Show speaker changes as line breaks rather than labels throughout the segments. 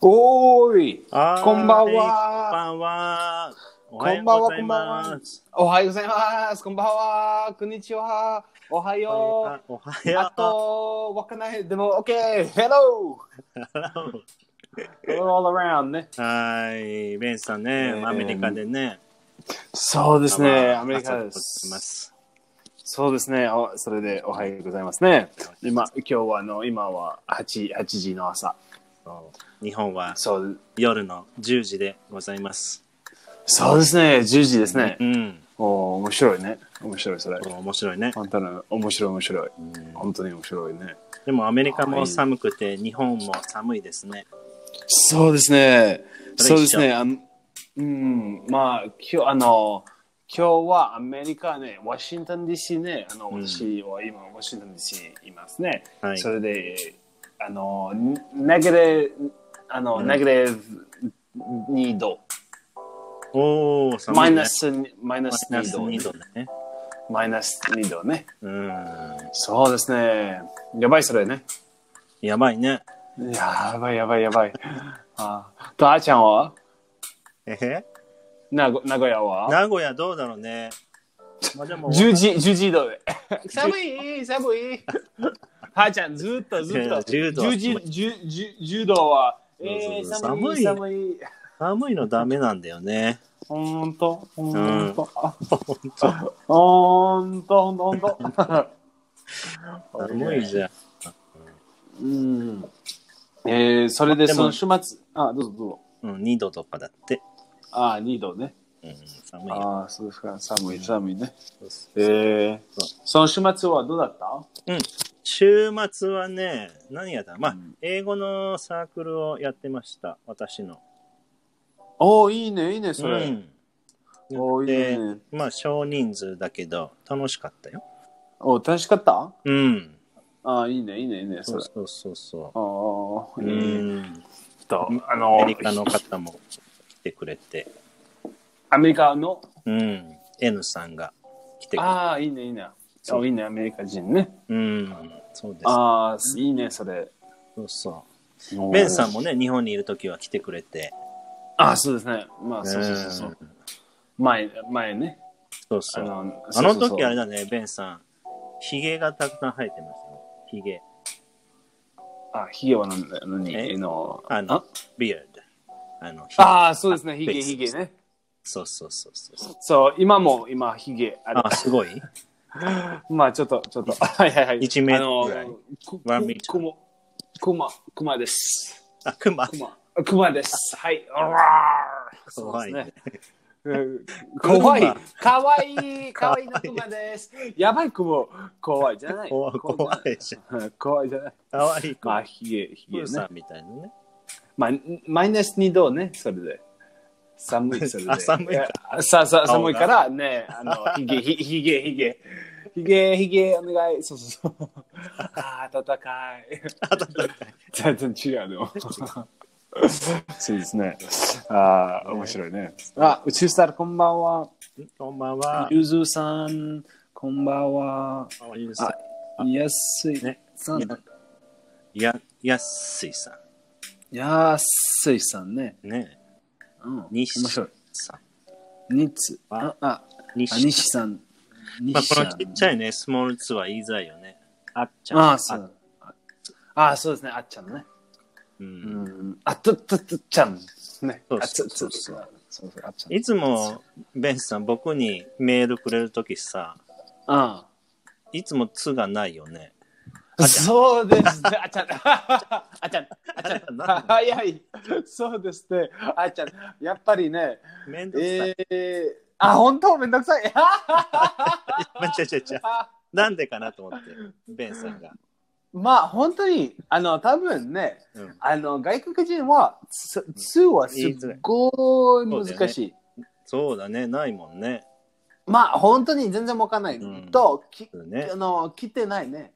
おーい、
あー
こんばんは
こんばんは。おはようございます。
おはようございます。こんばんは。こんにちは。おはよ
おは
う。あ
よう。
と、わかんない。でも、OK。Hello! Hello all around ね。
はい、ベンさんね、
ね
アメリカでね。
そうですね。
朝
アメリカで
朝と
す
ま。す。
そうですね。おそれでおはようございますね。今、今日はあの、今は8、8時の朝。
そう日本は
そう、
夜の10時でございます。
そうですね。10時ですね
う。ん。
おー面白いね。面白い、それ。
面白いね。
本当に面白い、面白い。
うん
本当に面白いね。
でもアメリカも寒くて、日本も寒いですね。
そうですね。
そ
そう
れ
で
一緒
すね。あのうん、まあ、今日、あの、今日はアメリカね、ワシントン DC ね、あの、
うん
私は今、ワシントン DC いますね。
はい。
それで、あの、ネグレ、あの、
うん
ネグレ2度、
おー、寒い、ね。
マイナス、マイナス
マイナ
2
ス
度、
2度ね。
マイナス2度ね。
うん。
そうですね。やばい、それね。
やばいね。
やばい、やばい、やばい。あーと、あーちゃんは
えへ
名古名古屋は
名古屋どうだろうね。まあでも
10時、10時移動で。寒い、寒い。はーちゃん、ずっとずっと。
10度
10時、10 10 10度は、えー、
そうそう
寒い、
寒
寒い。
寒いのダメなんだよね。
ほんと、ほ
ん
んと。あほんと、ほんと、ほんと。
寒いじゃん。
うん。えー、それで、
で
そ
も
の週末、あ、どうぞどうぞ。
うん、2度とかだって。
あー、2度ね。
うん、寒いよ。
あー、そうですか。寒い、寒いね。
そう
えー、その週末はどうだった
週末はね、何やったまあ
うん、
英語のサークルをやってました、私の。
おー、いいね、いいね、それ。
うん
おーいいね。
まあ、少人数だけど、楽しかったよ。
おー、楽しかった
うん。
あー、いいね、いいね、いいね、そ
そう
れ。
そうそうそ
ああ、
う。うん。
と、あ
ア
の
メリカの方も来てくれて。
アメリカの、
うん。N さんが来てくれて。
ああ、いいね、いいね。
そう
そう、いいね、アメリカ人ね。
うん。そうです。
ああ、いいね、それ。
そうそう。ベンさんもね、日本にいるときは来てくれて。
ああ、そうですね。まあ、そうそうそうそう。
ん
前、前ね。
そうそう。あ
の
の時あれ
だ。
だね、ベンさん。ヒゲがたくさん生えてますね。ヒゲ。
あ、ヒゲはなんだよ、何
え
あの、
あの、ビアード。あの、ヒゲ
ああ、そうですね、ヒゲ、
そうそ
ヒ
う
ゲ
そう
ね。
そうそうそうそう。
そう、今も、今、ヒゲある。
あ、すごい。
まあ、ちょっと、ちょっと。 はいはいはい。
一メートルぐらい
あのく
ワンメート
くも、くま、くまです。
あ、クマ
く。ま、くまです。はい。うわー
怖い
そうです
ね。
怖い
熊、
かわい い、かわいいのクマです。やばいクマ、怖いじゃない。
怖い、怖いじゃん。
い。怖いじゃない。
かわいい子。
まあ、ひげ、ひ
プ
げ
ーさ
ね
ん。みたいなね。
まあ、マイナス2度ね、それで。寒い、それで。。
あ寒いから
ささ寒いからね、あの、ひげ、ひひげ、ひげ。ひげ、ひげ、お願い。そうそう そう。ああ、暖かい。全然違うでも。そうですね。ああ、面白いね。あ、宇宙スター、こんばんは。
こんばんは。
ゆずさん、こんばんは。
あゆうさ
あ、安い
ね
さん。
ん。や、やっすいさ
安いさんね。
ん。ね。
うん。面
西さ
白い
ん。。
ニツ。
あ
あ、あ、あ
西
西さん。
まあ、
西
こ
さん。
のちっちゃいね、スモールツは言いづらいよね。あっちゃん。
あ、そう。あ、そうですね。あっちゃんね。
う。
うんん。あ、と、と、と、ちゃん。ね。
そう
あ、つ、
そう
つ、
そう
つ。そうそう、あっちゃん。
いつも、ベンさん、僕にメールくれるときさ、
あ
いつも「つ」がないよね。
あ。そうですね。あっちゃん。あっちゃん。あっちゃん。
なんで
早い。そうですね。あっちゃん。やっぱりね。
めんどくさい。
えー、あ、本当めんどくさい。
まあ、ちゃちゃちゃ。なんでかなと思って、ベンさんが。
まあ、本当に、あの、多分ね、
うん
あの、外国人は、つつはすっごい難しい。
そうだね、ないもんね。
まあ、本当に全然わかんない。
うん
と、き
そうね
あの、来てないね。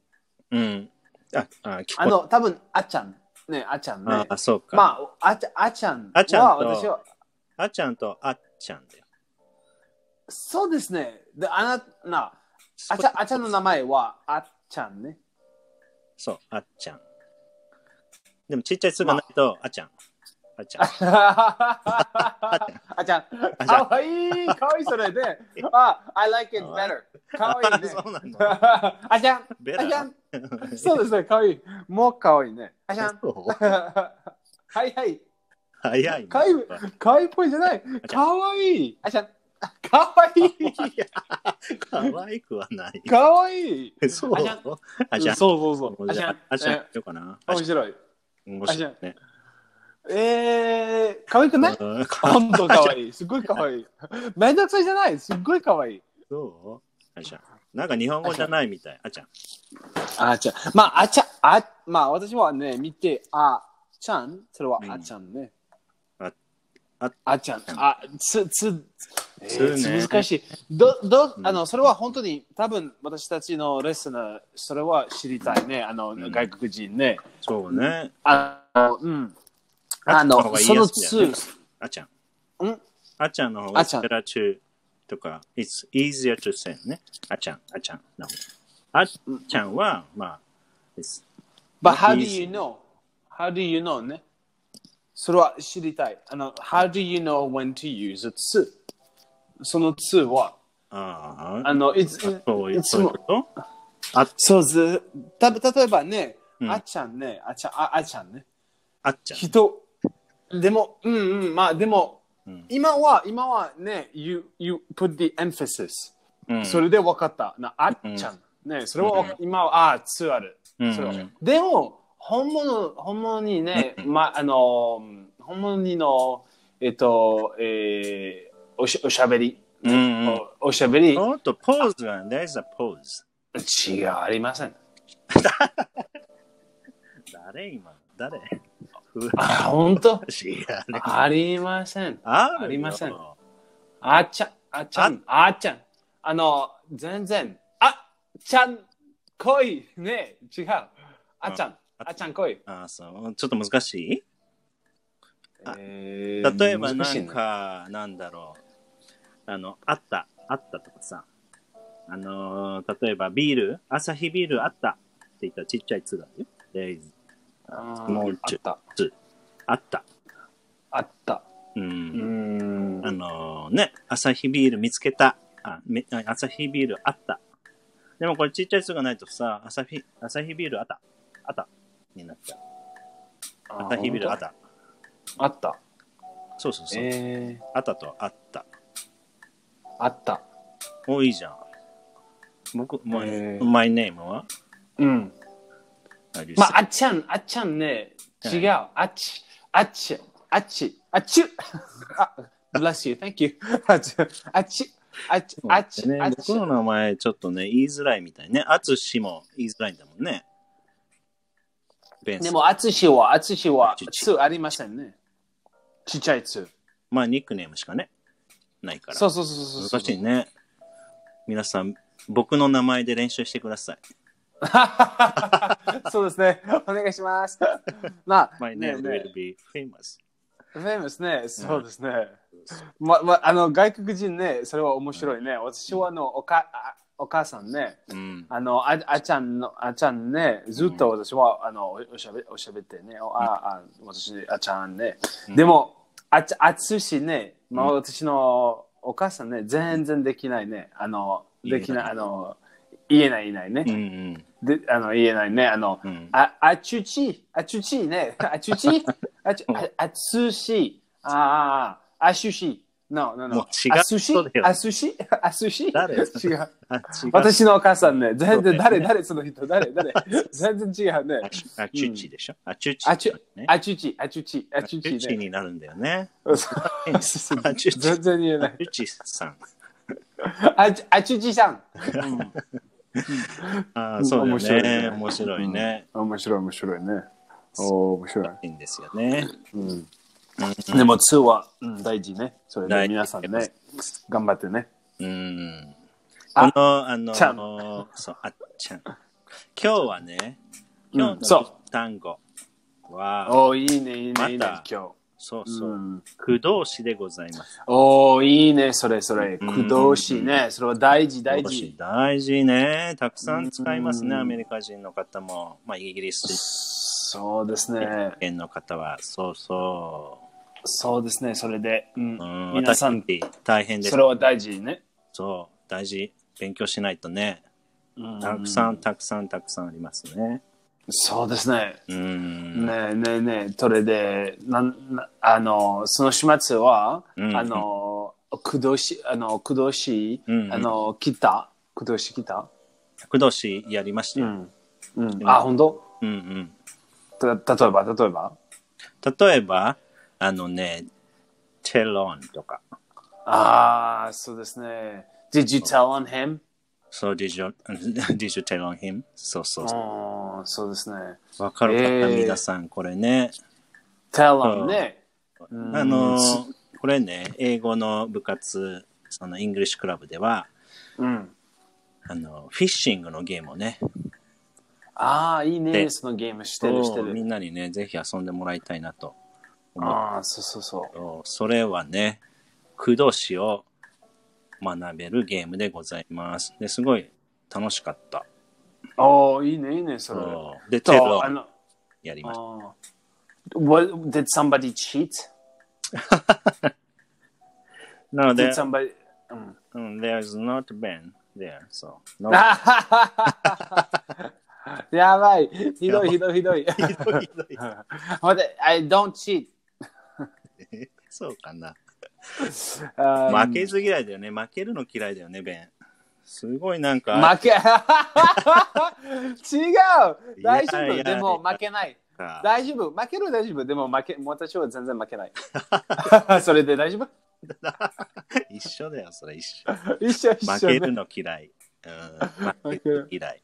うん。あ、あ聞
あ
こ
の、多分、あっちゃん。ね、あっちゃん
え
ね。
た。あ、そうか。
まあ、あちゃあっちゃん
あっちゃん
は、
と
私は、
あっちゃんとあっちゃんだよ。
そうですね。で、あなた、な、あちゃん、あっちゃんの名前は、あっちゃんね。
そう、あっちゃん。でもちっちゃい「つ」がないと、あっちゃん。あっちゃん。
あちゃん、
あ。
かわいい、かわいいそれで、あ、I like it better。かわいいね
そうなの
あちゃん、
ベ
あちゃ
ラ
ん、そうですね、かわいい。もうかわいいね。あちゃん、
そう
はいはい。
早いね。
かわいいかわいいっぽいじゃない。かわいい。あちゃん、かわいい。
かわいくはない。
かわいい。
そう
あじゃん。
あじゃん。
そうそうそう。あ
あじ
ちゃ
ゃ
ん
ん。、あじゃん。
え
どうかな。
面白い。
面白いね。
えー、かわいくない
うんか
本当かわいい。すごいかわいい。めんどくさいじゃない。すっごいかわいい。
そうあじゃん。なんか日本語じゃないみたい。あちゃん。
あちゃん。まあ、あちゃん、あ、まあ、私はね、見て、あちゃん、それは
うん
あちゃんね。
ああ
あちゃん、あ、つ、つ、えー
つね
つ難しい。ど、ど、
ん
あの、それは本当に、多分私たちのレッスンの、それは知りたいね。あの、
ん
外国人ね。
そうね。
あの、うん。あ
方
の、
が言
そ
いや
の
すいよね
つ、
あちゃん。
ん
あちゃんの方
あ
が
ちゃん
セラチュとか、it's easier to say ね。あちゃん、あちゃんの方。あちゃんは、まあ、it's-
But how do
easy.
you know? How do you know ねそれは知りたい。あの、How do you know when to use a つそのつは、
ああ、
あの、いつ、
そうい
いうつ
そういう
も
こ、と
そうず、た、例えばね、
うん
あっちゃんね、あっちゃん、ああっちゃんね。
あっちゃん。
人、でも、うんうん、まあでも、
うん
今は、今はね、you, you put the emphasis.
うん
それで分かった。なあっちゃん。ね、それはわか、今は、あー、ツある。
うん
それはでも、本物、本物にね、ま、あのー、本物にの、えっと、えー、おしおしゃべり、
うんうん
おおしゃべり、違う、
おっと、ポーズが、there's a pose。
ありません。
誰今誰
あ、本当
違うね。
ありません。
あ
ありません
あ
あっちゃん、あっちゃん、あっちゃん。あの、全然、あっちゃん、来い。ね、違う。あっちゃん、あっちゃん来い。
あ、そう。ちょっと難しいあ
えー
例えば
難
な
しい
ん
ね
か、なんだろう。あの、あった、あったとかさ。あのー、例えばビール、朝日ビールあったって言ったらちっちゃいつがあるよ。で
あ
もう
ーあ
一
った。
あった。
あった。
う
うー
ん。
ん。
あのー、ね、朝日ビール見つけた。あ、めあ朝日ビールあった。でもこれちっちゃいつがないとさ、朝日、朝日ビールあった。あった。になっちゃう。朝日ビールあった。
あった。
そうそうそう。
えー、
あったとあった。
あった。
お、いいじゃん。僕、もう、
えー
マイネームは
うん。ま
ま
あ、あっちゃん、あっちゃんね、違う。あっち、あっち、あっち、あっち ゅ。あ bless you, thank you. あっち、あっち、あっち、あっち
ね、、
あっ
僕の
ち。
名前ちょっとね、言いづらいみたいね。あつしも言いづらいんだもんね。ベンさ
で
ん。
も、あつしは、あつしは
ちっ、ち
つありませんね。ちっちゃいつ。
まあ、ニックネームしかね、ないから。
そうそうそうそうそう。
難しいね。皆さん、僕の名前で練習してください。
そうですね。お願いし ます。まあ、
My
ね
name
ね
will be famous.
フェイムスね、そうですね。ま、ま、あの、外国人ね、それは面白いね。私はあの、おか、あお母さんね、
うん。
あの、あ、あちゃんの、あちゃんね、ずっと私は、あの、おおしゃべ、おしゃべってね、おあ、あ、私、あちゃんね。
うん
でも、あち、あつしね、まあ、
う
私のお母さんね、全然できないね。あの、できない、
言
あの、言えない、言えないね
う。んうん。
で、あの、言えないね。あの、
うん
あ、あちゅち、あちゅちね、あちゅ ち、あちゅ、ああつし、ああ、あしゅし、no, no,
も
no,
う違う
あすし
人だ、よ
あすし、あすし、
誰
違う。
あ、違う。
私のお母さんね、全
そうだよ
然、
ね
誰、誰、その人、誰、誰、全然違うね
あ。ちあちゅちでしょ。あちゅち。
あちゅ
ね、
あちゅち、あちゅち、あ
あ
ち
ち
ゅち
ゅち
ね。
になるんだ よね。
そうそうそう
あちゅち。
全然言えな
あ
い。
ちゅちさん。
あちあちゅちさん。
ああ、そう
面
だ
白い
よ
ね
ね。面白いね。
面白い、面白いね。おー面白い。
いいんですよね。
でも、2は、うん、大事ね。それで、
大事
皆さんね、頑張ってね。
うん。
あ
この、あの、
ちゃん
そう、あっちゃん。今日はね、今
うん
日
そ
の
う
単語は、
おーいいね、いいね、いいね、
ま
今
た
日。
そう
う
そう、
ん
駆動詞でございます。
おーいいね、それそれ。
うん
駆動詞ね、それは大事、大
駆動詞
事。
大事ね。たくさん使いますね、
うん
アメリカ人の方も。まあ、イギリス
そうですね。
人の方は、そうそ
そうですね、それで。うん
うん、
皆さん
私たち大変です
それ。は大事ね。
そう、大事。勉強しないとね。
うん
たくさん、たくさん、たくさんありますね。
そうですね。
うん。
ねえねえねえ、それで、なんなあの、その始末は、
うん
あの、くどし、あの、くどし、
うん
あの、来たくどし来た
工藤氏やりました
う
よ。
ん。うん。あ、本当
うんうん。
た例えば、例えば。
例えば、あのね、チェロンとか、
ああ、そうですね。Did you tell on him?
そう、ディジ ョ、ディジョチェロンヒム。そうそうそう。
うん、そうですね。
わかる方、
えー
皆さん、これね。
tell on ね。うん
あのー、これね、英語の部活、そのイングリッシュクラブでは、
うん。
あの、フィッシングのゲームをね、
ああ、いいね。
で
そのゲームしてるして
そうみ
る。
んなにね、ぜひ遊んでもらいたいなと思っ
ああ、そうそうそう。
て、それはね、駆動詞を学べるゲームでございます。で、すごい楽しかった。
ああ、いいね、いいね、それ。
そうで、
と
テロ
あの、
やりました。
あー What, did somebody cheat?
なので
Did、somebody... うん
うん there's not been there, so. No.
やばい。ひどい、ひどい、ひどい。
ひどい
待って、I don't cheat.
そうかな。
あー
負けず嫌いだよね。負けるの嫌いだよね、ベン。すごいなんか。
負け 違う
いや
大
い
丈
やい
夫
や
でも負けない。
か
大丈夫負ける大丈夫でも負け、私は全然負け ない。それで大丈夫
一緒だよ、それ一緒。
一緒一緒。
負けるの嫌い。うん、負けるの嫌い。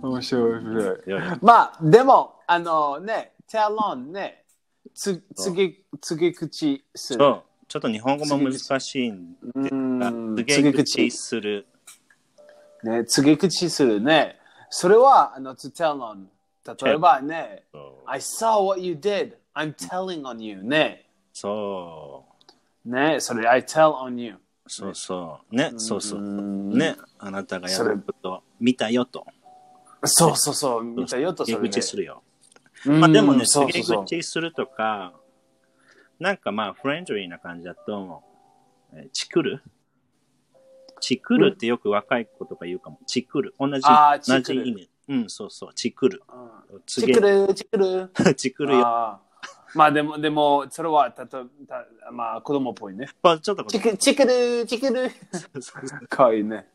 面白い面白い。
より
まあ、でも、あのね、tell on ね、つ、つげ、つげ口する。
そう、ちょっと日本語も難しいん
う
だ。
ーん、
告
つ
げ
げ
口
口。
する。
ね、つげ口するね。それは、あの、to tell on。例えばね、
そう
I saw what you did. I'm telling on you. ね。
そ
ね、それ、I tell on you.
う、そうそう。ね、そうそうう。
ん。
ね、あなたがやること見たよと。
そうそうそう、見たよと、そ
告
れ
げ
ね。
口するよ。
うん
まあでもね、
そ
告
うそ
げ
うそう。
口するとか、なんかまあ、フレンドリーな感じだと、えーチクるチクるってよく若い子とか言うかも。チクる。同じ、
あー
同
チク
じ
る
意味。うん、そうそう。チクる。
うん
チ
チクル、チクル。
チクるよ。
あーまあでも、でも、それは、たと、た、まあ、子供っぽいね。
まあちょっとこ
チク、チクル、チクル。
そうそうそう
かわいいね。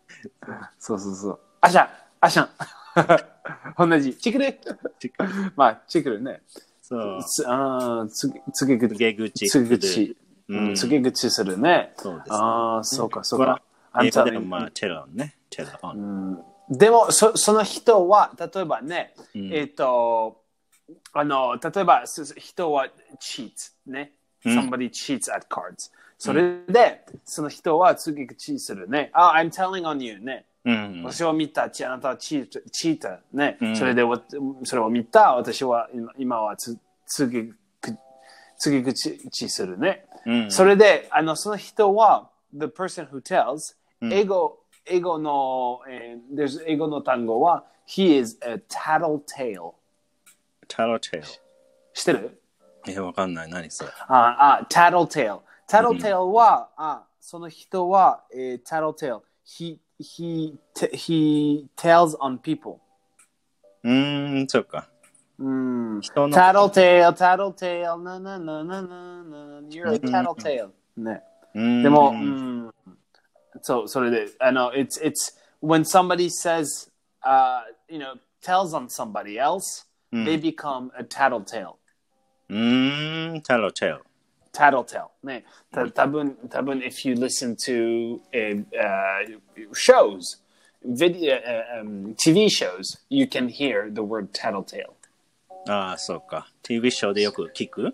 そうそうそう。あしゃん、あしゃん。 同じ。チクル。
チクる。
まあ、チクルね。
そう。
つ、ああ、つ、つげ
告
口。
げ口す
つげ
る。
口。
うん
つげ口するね。
そうですね
ああ、そうか、そう
これは
か。あん
英語
た
でもまあ、チェロンね。チェロン。
でもそ、その人は、例えばね、えっ、と、あの、例えば、すす人は cheats ね。
うん
somebody cheats at cards. それで、その人は次チーするね。あ、I'm telling on you ね。
うん。
私を見た、ちあなたはチート、チーターね。
ん
それでわ、それを見た、私は今今はつ次、次口チするね。
うん
それで、あの、その人は、the person who tells、
ん
英語、英語の、えー there's- 英語の単語は、he is a tattletale。
タロテオ。
してる
え、わかんない。何それ。
あ、あ、tattletale。tattletale は、あ、その人は、えー、tattletale。he, he, t- he tells on people.
うーん、そうか。
うん。
人の
tattletale, tattletale, na na na na na na, you're a tattletale. ね。
うん
でも、うん、そう、それで、あの、it's, it's, when somebody says, uh, you know, tells on somebody else, they become a tattletale.
うーん、タロテオ。
Tattletale. ね。た多分多分 if you listen to、uh, shows, video, uh, um, TV shows, you can hear the word tattletale.
ああ、そうか。TV ショーでよく聞く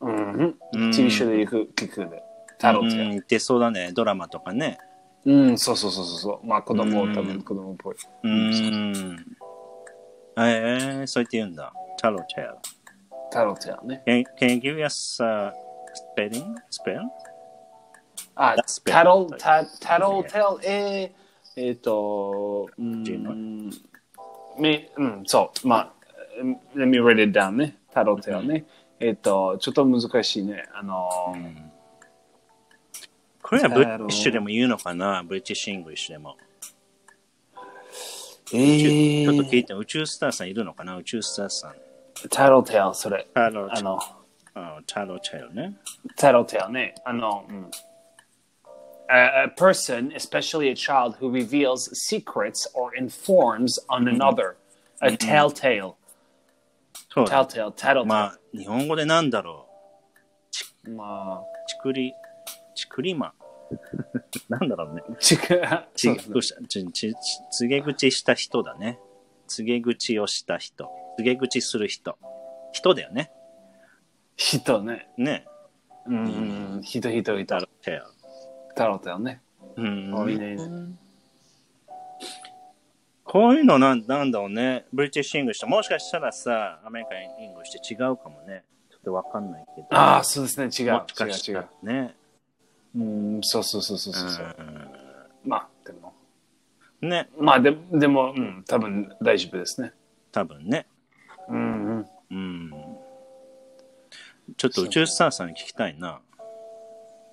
うん、TV ショーでよく聞くね。
うん、
tattletale。
言ってそうだね。ドラマとかね。
うん、そうそうそうそうそう。まあ子供、多分子供っぽい。
うーん。ええー、そう言って言うんだ。タロテオ。
tattletale ね。
Can, can you give us a spelling? Spell?
あ、
That's better.
タロタタロテルえーえっ、と、う
っていうの
ん、みうんそうまあ、うん let me write it down ね、タロテルね。えっと、ちょっと難しいね。あの
う
ー、
んこれはブリ
あ
テ
の
ィッシュでも言うのかなブリティッシュ・イングリッシュでも。
え
ちょっと聞い
ー、
て、宇宙スターさんいるのかな宇宙スターさん。
タロテル、それ。
タロ
あの、
あタロチャよね。
タロテルね。あの、うん。A, a person, especially a child, who reveals secrets or informs on another. A telltale.
そうだ。
Telltale, tattletale.
まあ、日本語でなんだろ
ま
うちくり、ちくりま。 なんだろうね。
あ、ちく、
ち
そう
げ口したちち告げ口した人だね。告げ口をした人。告げ口する人。人だよね。
人ね。
ね。
うん、人、人、人
タ。ロチャよ。
タロテルね。
うん
多いね。
こういうのなんなんだろうね。ブリティッシュ・イングリッシュともしかしたらさ、アメリカン・イングリッシュと違うかもね。ちょっとわかんないけど。
ああ、そうですね。違う
もし。かし
違
た
う、違
ら
う。
ね。
うん、そうそうそうそうそうそう。まあ、でも。
うんね。
まあで、でも、うん、多分大丈夫ですね。
多分ね。
うん、うん。
うん。ちょっと宇宙スターさんに聞きたいな。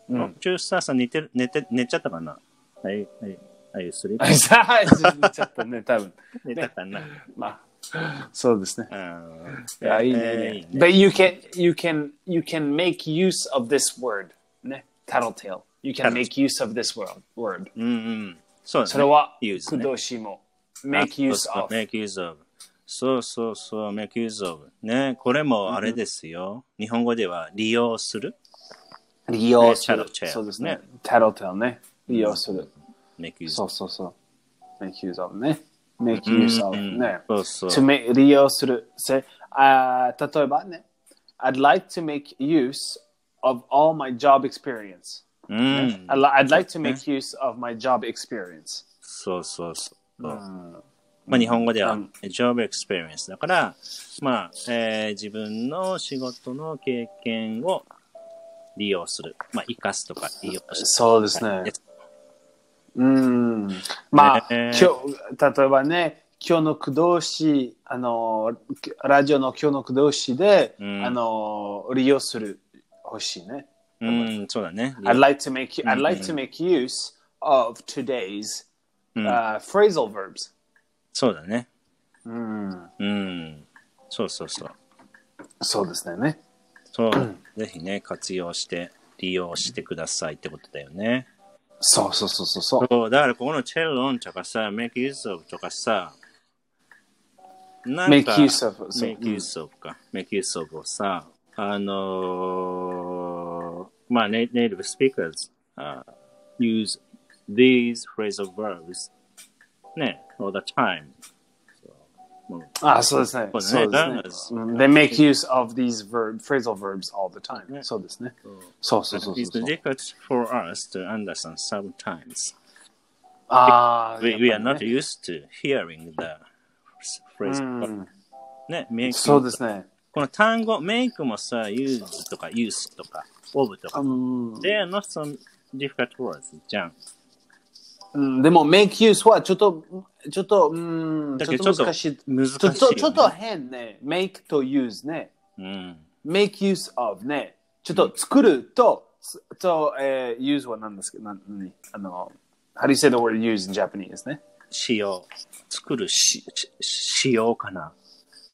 うん
宇宙スターさん寝てる、寝て、寝ちゃったかなはい、はい、はい、それ。
あさあ、ちょっとね、多分。
寝たかな
まあ、そうですね。
うん。
いや、いい
え
ね。
ー
But you can, you can, you can make use of this word. ね。tattletale. You can make use of this word. word.
うんうん。そうだね。
それは、
Mm-hmm. use
く
ね
動詞も。make
あ
use
そうそう
of.
make use of そうそうそう、make use of。ね、これもあれですよ。日本語では利用する。
利用する。
tattletale Mm-hmm.
そうですね
ね。
tattletale ね。利用する。
make use
そうそうそう。make use of ね。make
Mm-hmm.
use of
うん
ね。
そうそう
to make 利用する。せあー例えばね。I'd like to make use of all my job experience.
Mm-hmm. うん。
I'd, li- I'd like to make use of my job experience.
そうそうそう。まあ、日本語では、job experience だから、まあ、えー自分の仕事の経験を利用する。まあ、生かすとか利用する。
そうですね。うん。まあ、
ね
今日、例えばね、今日の駆動詞、あの、ラジオの今日の駆動詞で、
うん
あの、利用する、欲しいね。
うん、そうだね。
I'd like to make, I'd like to make use of today's、
うん
uh, phrasal verbs.
そうだね。
うん。
うん。そうそうそう。
そうですねね。
そう、ぜひね、活用して、利用してくださいってことだよね。
そうそうそうそうそう。
そう、だからここのチェルロンとかさ、make use of とかさ、なんか
make、use of. そう
make use of か、make use of をさ、あのー、まあ、ネイティブスピーカーズ、uh, use these phrasal verbs ね、all the time。そうも
あ、そうですね。
そうですね
そうで
learners
すね。うん They make use of these verb, phrasal verbs all the time.、
ね
そうですね。
う
そうそうそう
It's
そう。
difficult for us to understand sometimes.
ああ、
we, we are
やっ
not
ぱりね
used to hearing the phrase.
うん
ね、make
そうですね。
この単語、make もさ、use とか use とか of とか
う。ん
They are not some difficult words じゃん。
うん、でも、make use はちょっと、ちょっと、うん、
だ
ち
け
ょっ
ど
と難しい。
難しい
ちょっ
よね
と、ちょっと変ね。make と use ね。
うん。
make use of ね。ちょっと作ると、すと、えー、use は何ですけど、なん何あの、how do you say the word use in Japanese ね。
使用。作るし、し使用かな。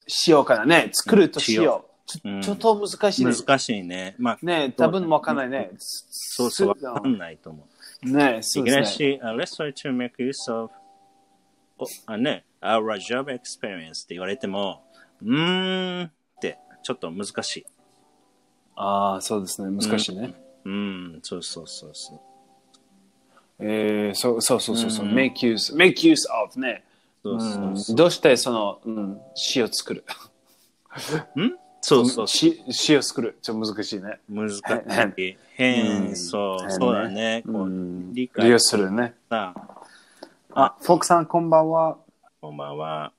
しようからね。作るとしよう。ち
うん
ょちょっと難しいです。
難しいね。まあ、
ね多分わかんないね。そ
そうそう、わかんないと思う。
ねそ
いうきな
で
り
すね。
し、uh, let's try to make use of おあね、our job experience って言われても、うーんって、ちょっと難しい。
ああ、そうですね。難しいね。
うん、そうそうそうそう。
えー、そうそうそうそうそう、
うん
make use, make use of ね。
そうそうそう。
どうしてその、うん、詩を作る
んそうそうそ
詩詩を作る。ちょっと難しいね。
う。難し
変
い。変、そう、そうだね。こう理解
するね。
さ、
あ、フォークさんこんばんは。
こんばんは。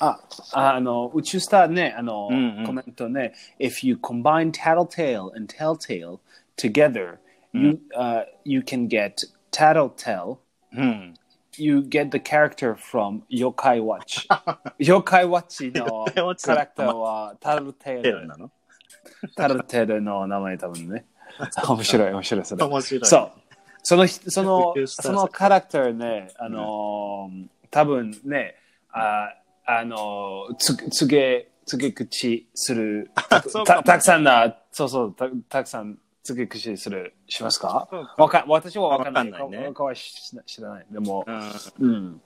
あ、ああの、宇宙スターね、あの、
うんうん
コメントね。If you combine tattletale and telltale together, you,、uh, you can get tattletale.
うん。
you get the character from Yokai Watch. Yokai Watch のキ
Yokai Watch
ャラクターはタルテイ
テル
ル
なの
タルテルの名前多分ね。 面白い、面白い、それ。
面白い。
そう。その人、その
Confused、
そのキャラクターね、あのー、多分ね、あ、あのー、つ、つげ、つげ口する、た
そうかも
たたくさんな、そうそう、たたくさん、つげ口する、しますか
そうか
わか、私はわかんない。
わかんないね
僕は知ら知らない。でも
う、ん。
うん。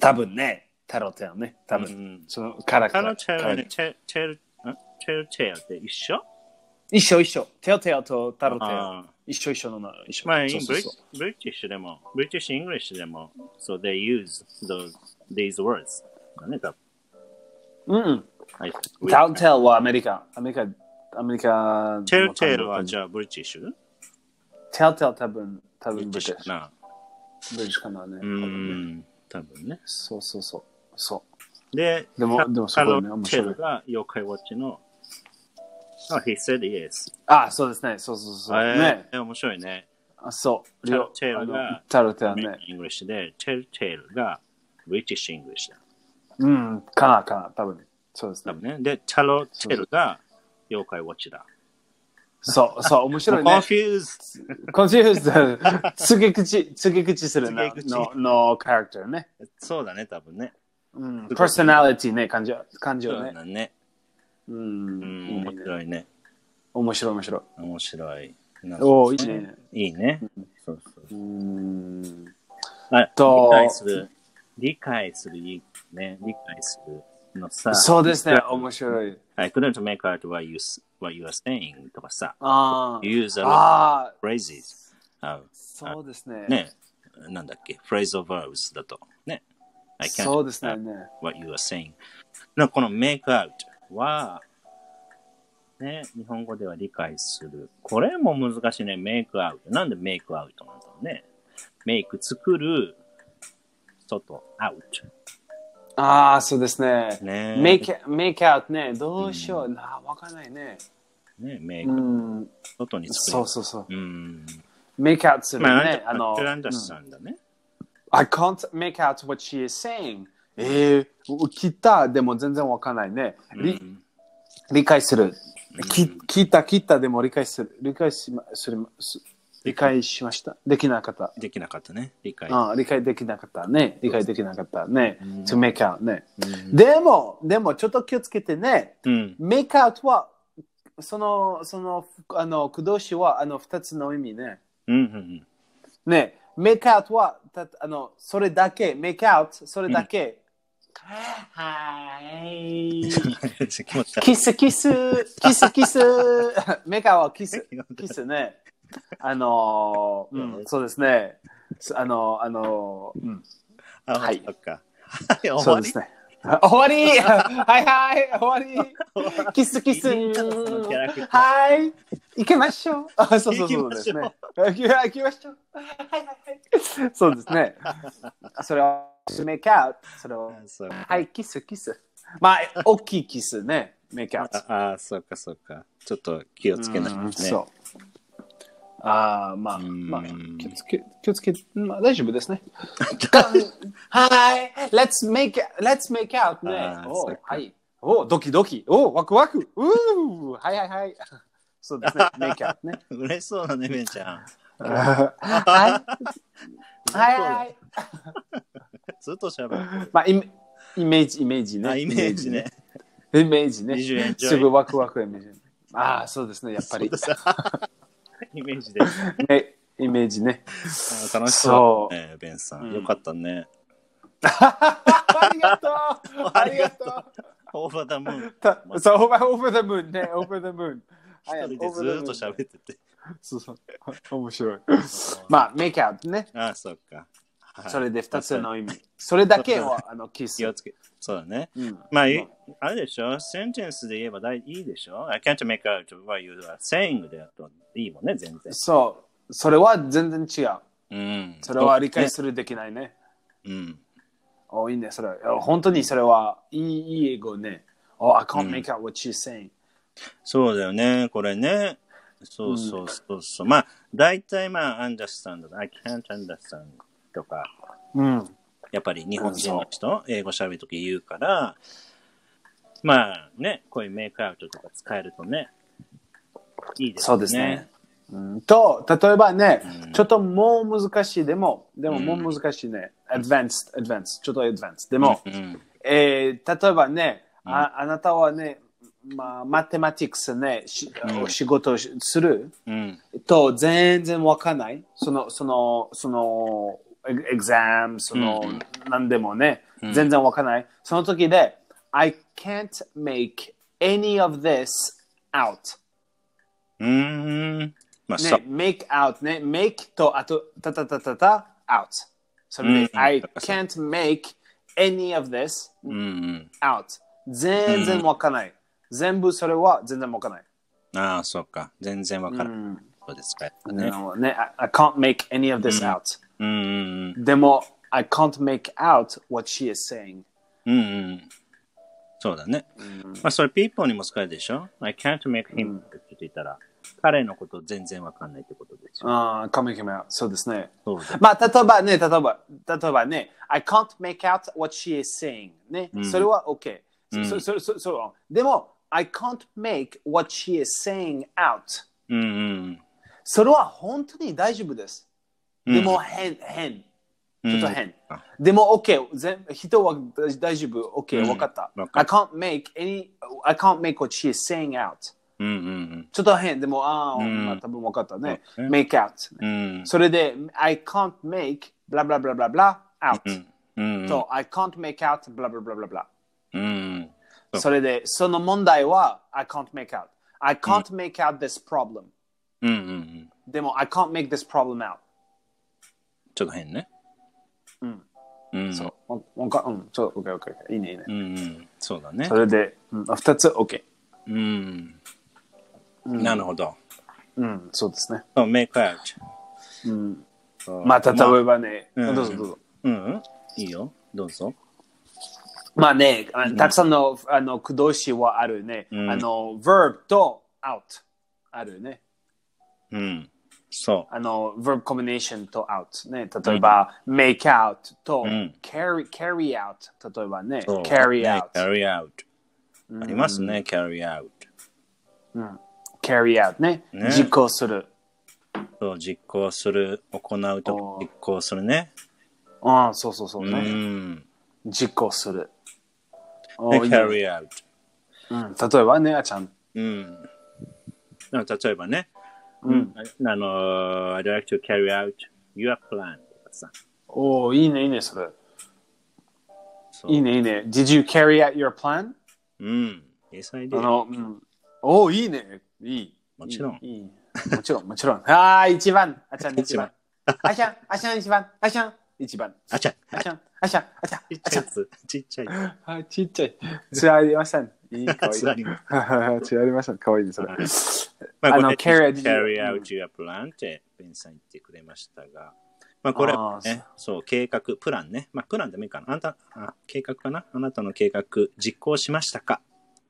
多分ね、タロテルね、多
う
分、
ん
そのキャラクタ
カロ
ー。
チェルね、チェル、チェル、んチェルチェルって一緒
一緒一緒。テオテオとタロテオ。
ああ
一緒一緒のな、一緒。
まあ、イン
そう
ブ
そう
リ
そう
ブリティッシュでも、ブリティッシュ・イングリッシュでも、so they use those, these words. だね、多分。
うん。
はい。
タウンテールはアメリカ。アメリカ、アメリカ。
チェルチェルはじゃあブリティッシュ
テールテール多分、多分ブリ
ブ
テ
リ
ィ
ティ
ッ
ッ
シ
シ
ュ。
ュな。
ブリティッシュかなね。
う
多分ね
ん、多分ね。
そうそうそう。そ
で、
でも
カ
でもすごいね
カロ
面
チ
白い
ェルが妖怪ウォッチの、あ、he said yes.
う。ああ、そうですね。そうそうそう。ね。
えー面白いね。
あそう。
タウンテール
両
が
あのタウンテールね。
イングリッシュで、チェルチェルがブリティッシュ・イングリッシュだ。
うん。かな、かな。多分。そうです
多
ね。
分ね。で、チャロチェルが妖怪ウォッチだ。
そう、そう。面白いね。
confused!
コンフューズ。つげ口、つげ口するな
告げ口
の、のキャラクターね。
そうだね、多分ね。
うん。パーソナリティね、感情、感
そ
情
う
ね。
だね。
う。
うん
いい
ん、面
ね
白いね。
面白い、面白い。
面白い。
おお、いいね。
いいね。そうそう。
うーん。
あ
と
理解する。理解する、いいね。理解するのさ。
そうですね、面白い。
I couldn't make out what you, s- what you are saying とかさ。
あ
You use
あ。
a lot
ああ、
of phrases. あ
そうですね。
ね。なんだっけ ?phrasal verbs だと。ね。I can't
そうですね。
make out what you are saying. なんかこの make out は、ね、日本語では理解する。これも難しいね。make out。なんで make out なんだろうね。make 作る、外、out。
ああ、そうですね。
ね。
make, make out ね、どうしよう。なあ、わかんないね。
ね、
う
make、
ん。
外に作る。
そうそうそう。
う。うん。
make out する
まあ、
ね。あ
あ
の
の、、ランダスさんだね。
I can't make out what she is saying. えー、聞いた、でも全然わかんないね。り
うん
理解する。き聞いた、聞いた、でも理解する。理解しま、する、す理解しました。できなかった。
できなかったね。理解。
ああ理解できなかったね。理解できなかったね。
ん
to make out ね。でも、でもちょっと気をつけてね。
うん。
make out は、その、その、あの、駆動詞は、あの、二つの意味ね。
うん。うん。
ね、make out は、たあの、それだけ、make out、それだけ。はい。
気持ち悪い
キスキス、キスキス、 メカはキス、キスね。あのー、うん、そうですね。すあのー、あのー、うん、
あ
はい
そっか。はい、終
そう
わ
で
り
す。ね。あ終 わりはいはい終わりキスキス
いいなそのキャラクター
はい行きましょうあそうそうそうですね
行
行き行きましょうはいはいはいそうです ねそれを make out それを
そう
はいキスキスまあ大きいキスね make out
ああ、そうか、そうか。ちょっと気をつけないとね。
そう。ああ、まあ、
ん
まあ、気をつけ、気をつけ、まあ、大丈夫です ね。はい、Let's make, Let's make out ね
あ。ー
お
そう
う
か
はい。おうドキドキ。おうワクワク。うーはいはいはい。 そうですね。make out ね。
嬉しそうだね、めん ちゃん。
はい。はいはい。
ずっとしゃべる。
まあ、イメイメージ、イメージ
あ、
ね。
イメージね。。
イメージね。
Did you enjoy?
すぐワクワクイメージ。ああ、そうですね。やっぱり。
イメージで。あ
ね、イメージね。
ー楽しそう。ねベンさん。よかったね。
ありがと うありがとう
オーバーダムーン。
たそう、オーバーザムーンね、オーバーザムーン。
一人でずーっとしゃべってて。
そうそう。面白い。まあ、メイクアウトね。
ああ、そうか。はい
それで2つの意味。それだけは、あの、キス
気。をつけ。そうだね。
うん
まあ、いあれでしょセンテンスで言えば大いいでしょ ?I can't make out what you are saying でやるといいもんね、全然。
そう。それは全然違う。
うん。
それは理解するできないね。
る。うん。
おいいね、それ。本当にそれはいいいい英語ね。Oh, I can't make out what she's saying.
そうだよね、これね。そうそうそうそう。まあ、大体まあ、understand、I can't understand とか、
うん。
やっぱり日本人の人、英語喋るとき言うから、まあね、こういうメイクアウトとか使えるとね、いいですね。
そうですね。うんと、例えばね、
うん
ちょっともう難しいでも、でももう難しいね。advanced, advanced, ちょっと advanced。でも、
うん。
えー例えばね、あ、あなたはね、まあ、マテマティクスね、し
うん
お仕事をしする
うん。
と全然わかんない。その、その、その、エエグザム、その、
うん
何でもね、
うん
全然わかんない。その時で、I can't make any of this out.
うーん。まあ、
ね
さ、、
make out ね、make と、あと、たたたたた、out。それで、
うん
I can't make any of this
うんうん。
out。全然わかんない。全部それは全然わかんない。
ああ、そうか。全然わから
う
ない。
ん
そうですか。
ね
ね。
I, I can't make any of this out。
うんうん
でも、I can't make out what she is saying。
うん。うんうん。そうだね。まあ、それ、people にも使えるでしょ ?I can't make him って言ったら、彼のこと全然わかんないってことですよ。
ああ、can't Uh, make him out。そうですね。
そうだ。
まあ、例えばね、例えば、例えばね、I can't make out what she is saying。ね、
うん
それは OK。
うん
そそそそでも、I can't make what she is saying out。
うんうん
それは本当に大丈夫です。
うん。
でも、変、変。
うん、
ちょっと変
あ。
でも、OK。全人は大丈夫。
う
OK。
ん
わかった
わ。か
I can't make any, I can't make what she is saying out。
うんうん
ちょっと変。でも、ああ、
うん
まあ、多分わかったね。
そうね
make out。
うん。うん。
それで、I can't make blah blah blah blah blah out。
Mm-hmm. うん。
そう、I can't make out, blah blah blah blah blah。
うん。そう
それで、その問題は、I can't make out。I can't make out this problem。
うんうんうん。
でも、I can't make this problem out。
ちょっと変ね。
うん。
うん。
そう。わわかうん、そう、OK、OK、いいね、いいね
う。んうん。そうだね
そ。れで、うん、2つ OK。
うん。なるほど。
うん、そうですね。
そう、メイクアウ
うん。
ト。
また、例えばね、
うん
どうぞどうぞ。
うん。いいよ。どうぞ。
まあね、あたくさんの、あの、駆動詞はあるね。
うん
あの、verb と out あるね。
うん。そ
あの、verb combination と out ね。例えば、make out と
ん
carry, carry out。例えばね、
う。そう
carry
ね
out。
carry out。ありますね、carry out。
carry out ね。
ね
実行する。
そう、実行する、行うと
お
か実行するね。
ああ、そうそうそう
う
ね。
ん。
実行する。お
で、
ーいいね
carry out。
うん例えばね、あちゃん。
うん。でも例えばね、
うん。
あの、I'd like to carry out your plan とかさ。
おおいいね、いいね、それ。
そう
いいね、いいね。Did you carry out your plan?
うん。Yes, I
あ
did.
の、うん。おおいいね。いい。
もちろん
いいいいもちろん、もちろん。 ああ、一番。あちゃん、一
一
番
番。
あちゃん、あちゃん、一番。あちゃん、一番。
あちゃ、
あちゃん、あちゃん、あちゃん、
ちっ
あ
ち
ちゃ
ゃいや
ん。
つ。ちっ ちゃい。
はい、ちっちゃい。つありましたね。いい、か わいい。
つらいね
つありましたね。かわいいです、それ。
まあ、
あの
これ
carry out
carry
your-
out your plan ってベンさん言ってくれましたが、まあ、これは、ね、そう、計画、プランね。まあ、プランでもいいかな。あなた、あ計画かなあなたの計画、実行しましたか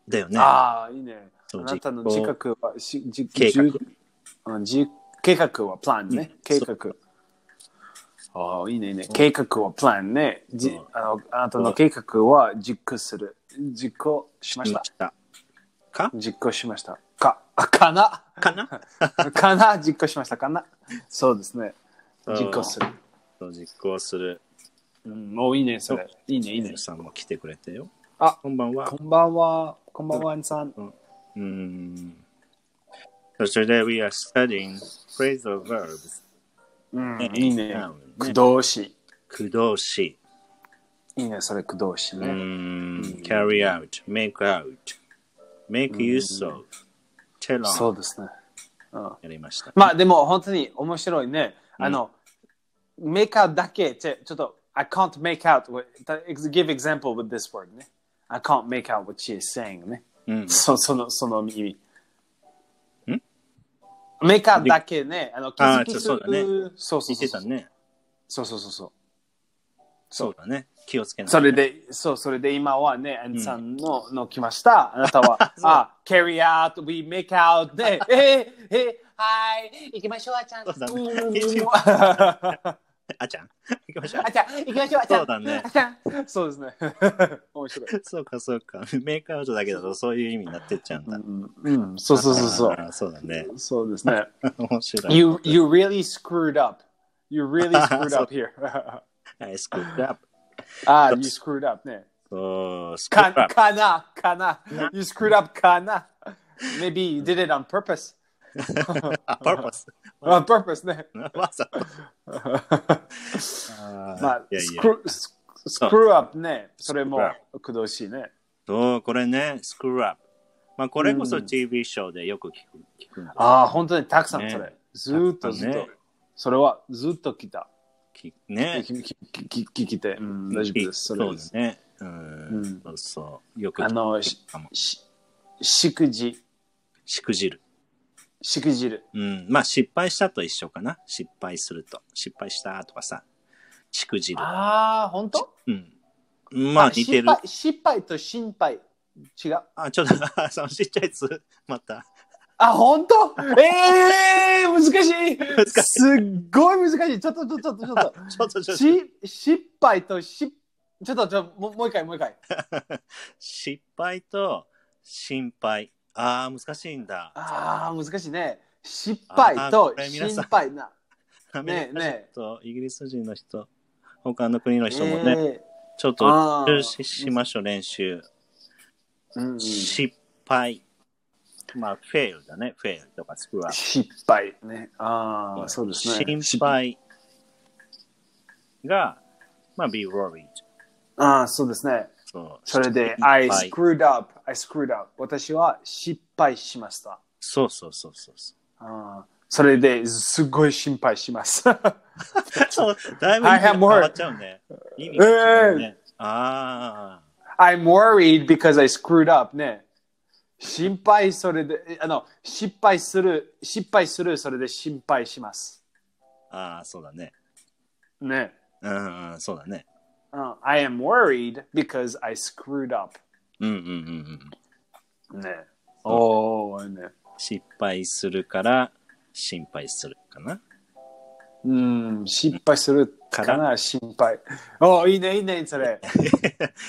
だよね。
ああ、いいね。あ
そう
なたの自覚は、しじ
計画
じうんじ計画はプランね
うん。
計画。ああ、いいね、いいね。計画はプランね。じ
うん
あのあなたの計画は実行する。実行しま
し
した
ま。した。か
実行しました。か、あか な
かな
かな実行しましたかなそうですね。
うん
実行する。
そう実行する。
うん、もういいね、それ。いいね、いい
ベ
ね
ン。さんも来てくれてよ。
あ
こんばんは。
こんばんは。こんばんは、アンさん。
うん。So today we are studying phrasal verbs.
うん、いいね
うんね。
駆動詞。
駆動詞。
いいね、それ駆動詞
う
ね。
ん。carry out, make out, make use of, tell
そ
on
うですね。うん
やりました。
まあでも本当に面白いね。あの、メイクアウトだけ、ちょちょっと、I can't make out, what- give example with this word ね。I can't make out what she is saying ね。
うん。
そその、その意味。
ん
メイクアウトだけね、あの、キ
あー
スキス。
そうだね
そうそ
言
う
っ
そう
て
そ
た
う。
ね。
そうそうそうそう。
そうだね。気をつけない。
それで、そう、それで今はね、アンさんの、の来ました。あなた は、あ、carry out, we make out で、 えー、えー、はい、行きましょう、あちゃん。
そうだね
うん
あちゃん。 行きましょう。
あちゃん、行きましょう、あちゃん。
そうだね
あちゃん。 そうですね。面白い。
そうか、そうか。メーカーアウトだけだとそういう意味になってっちゃうん
う
だ。
ん、うん、そうそうそうそ
あー。そうだね。
う。そうです ね。
面白い。
You you really screwed up. You really screwed
そう
up here.
はい、スクープアップ。
ah, you screwed up ね。
そう、スクー
か
プアップ。
かなかな。You screwed up かな。Maybe you did it on purpose.
あ、パーパ ス。
on purpose ね。
わざと。
ま
ま
あ、スクススクルーアップね、それも
screw
くどしいね。
そう、これね、スクールアップ。まあ、これこそ TV ショーでよく聞く。聞くんだ
ああ、本当にたくさん
ね
それ。ずーっと
たく
ず
さん
っ
ね
と。それはずっと来た。
き
聞
ね。
き聞き聞きて、うん、大丈夫です。それ
そう
で
ですす。ね。う
うん
ん。そうそう。よく
あ
聞く
の、し
かも。
ししくじ、
しくじる。
しくじる。
うん。まあ、失敗したと一緒かな。失敗すると。失敗したとかさ。しくじる。
ああ、本当
うん。まあ、似て
失。
る
敗失敗と心配違う。
あ、ちょっと、 あそのちっちゃいやつ、また。
あ、本当ええー、難しい
しい
すっごい難しい。ちょっとちょっとちょっとちょっ
ちょっと、
と。
ちょっと、
し失敗としちょっとちょっともうもう一回もう一回。
失敗と心配。ああ、難しいんだ。
ああ難しいね。失敗
あー
と
これ皆
心
さん
配な。
アメ
ねえ
リカ人
ね
とイギリス人の人、他の国の
え。
人もね、
え
ちょっ
ー
と
あ
練習しましょう、練習。
ーうんうん
失敗。まあ、フェルだね、フェルとかスクワ
失敗ね。ああそうですね。
心配が、まあ、be worried。
ああそうですね。
そう
それで
心
I
配
screwed up, I screwed up. 私は失敗しました。
そうそうそうそうそう。
あーそれですごい心配します。
そう、 だいぶ意味が変わっちゃうね。意味が変わっちゃうね。あ
I'm worried because I screwed up ね。心配それで、えあの、失敗する、失敗する、それで心配します。
あ、ああ、そうだね。
ね。
うん、うん、そうだね。
うん、I am worried because I screwed up
うんうんうんうん。
ね。おー、ね。
失敗するから心配するかな。
うん、失敗するかな、心配。おー、いいね、いいね、それ。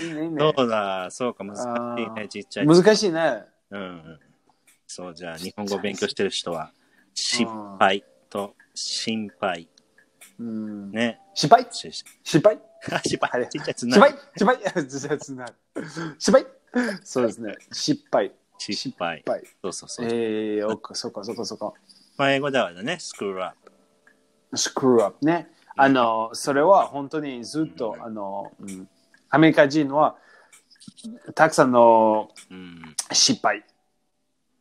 い いね、いいね。
そうだ、そうか、難しい
あー
ね、ちっちゃい。うん
難しいね。
うん。そう、じゃあ、日本語を勉強してる人は、失敗と心配。
うん。
ね。
失敗
し失
失敗
敗、ちっちゃいやつ
失
な
敗。失 敗自殺になる。失敗そうですね。失敗。
失敗
失。敗。
そうそうそう。
ええー、おっか、そっか、そっか、そっか。
まあ、英語ではね、スクールアップ。
スクールアップね。あの、それは本当にずっと、あの、うん、アメリカ人は、たくさんの
うん。
失敗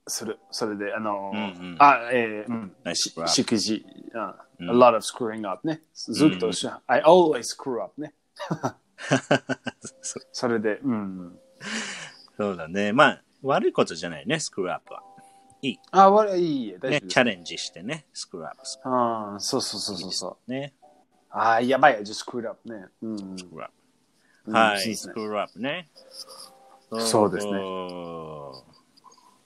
する。それで、あの、
うんうん
あ、えー、うん、
ナイススクールアップ
しくじ、あ
うん
a lot of screwing up ね。ずっと、
うん
I always screw up ね。
そう
それで、うん。
そうだね。まあ、悪いことじゃないね、スクールアップは。
あ、悪いいえ、大丈
ね、
夫で
チ
す。
ャレンジしてね、スクールアップす
ああ、そうそうそうそうそう。
るね。
ああ、やばいよ、just screwed up ね。うん。
スクールアッ
う
プ。
ん
は
そう
い、
です
ス
ね
クールアップね。
そうですね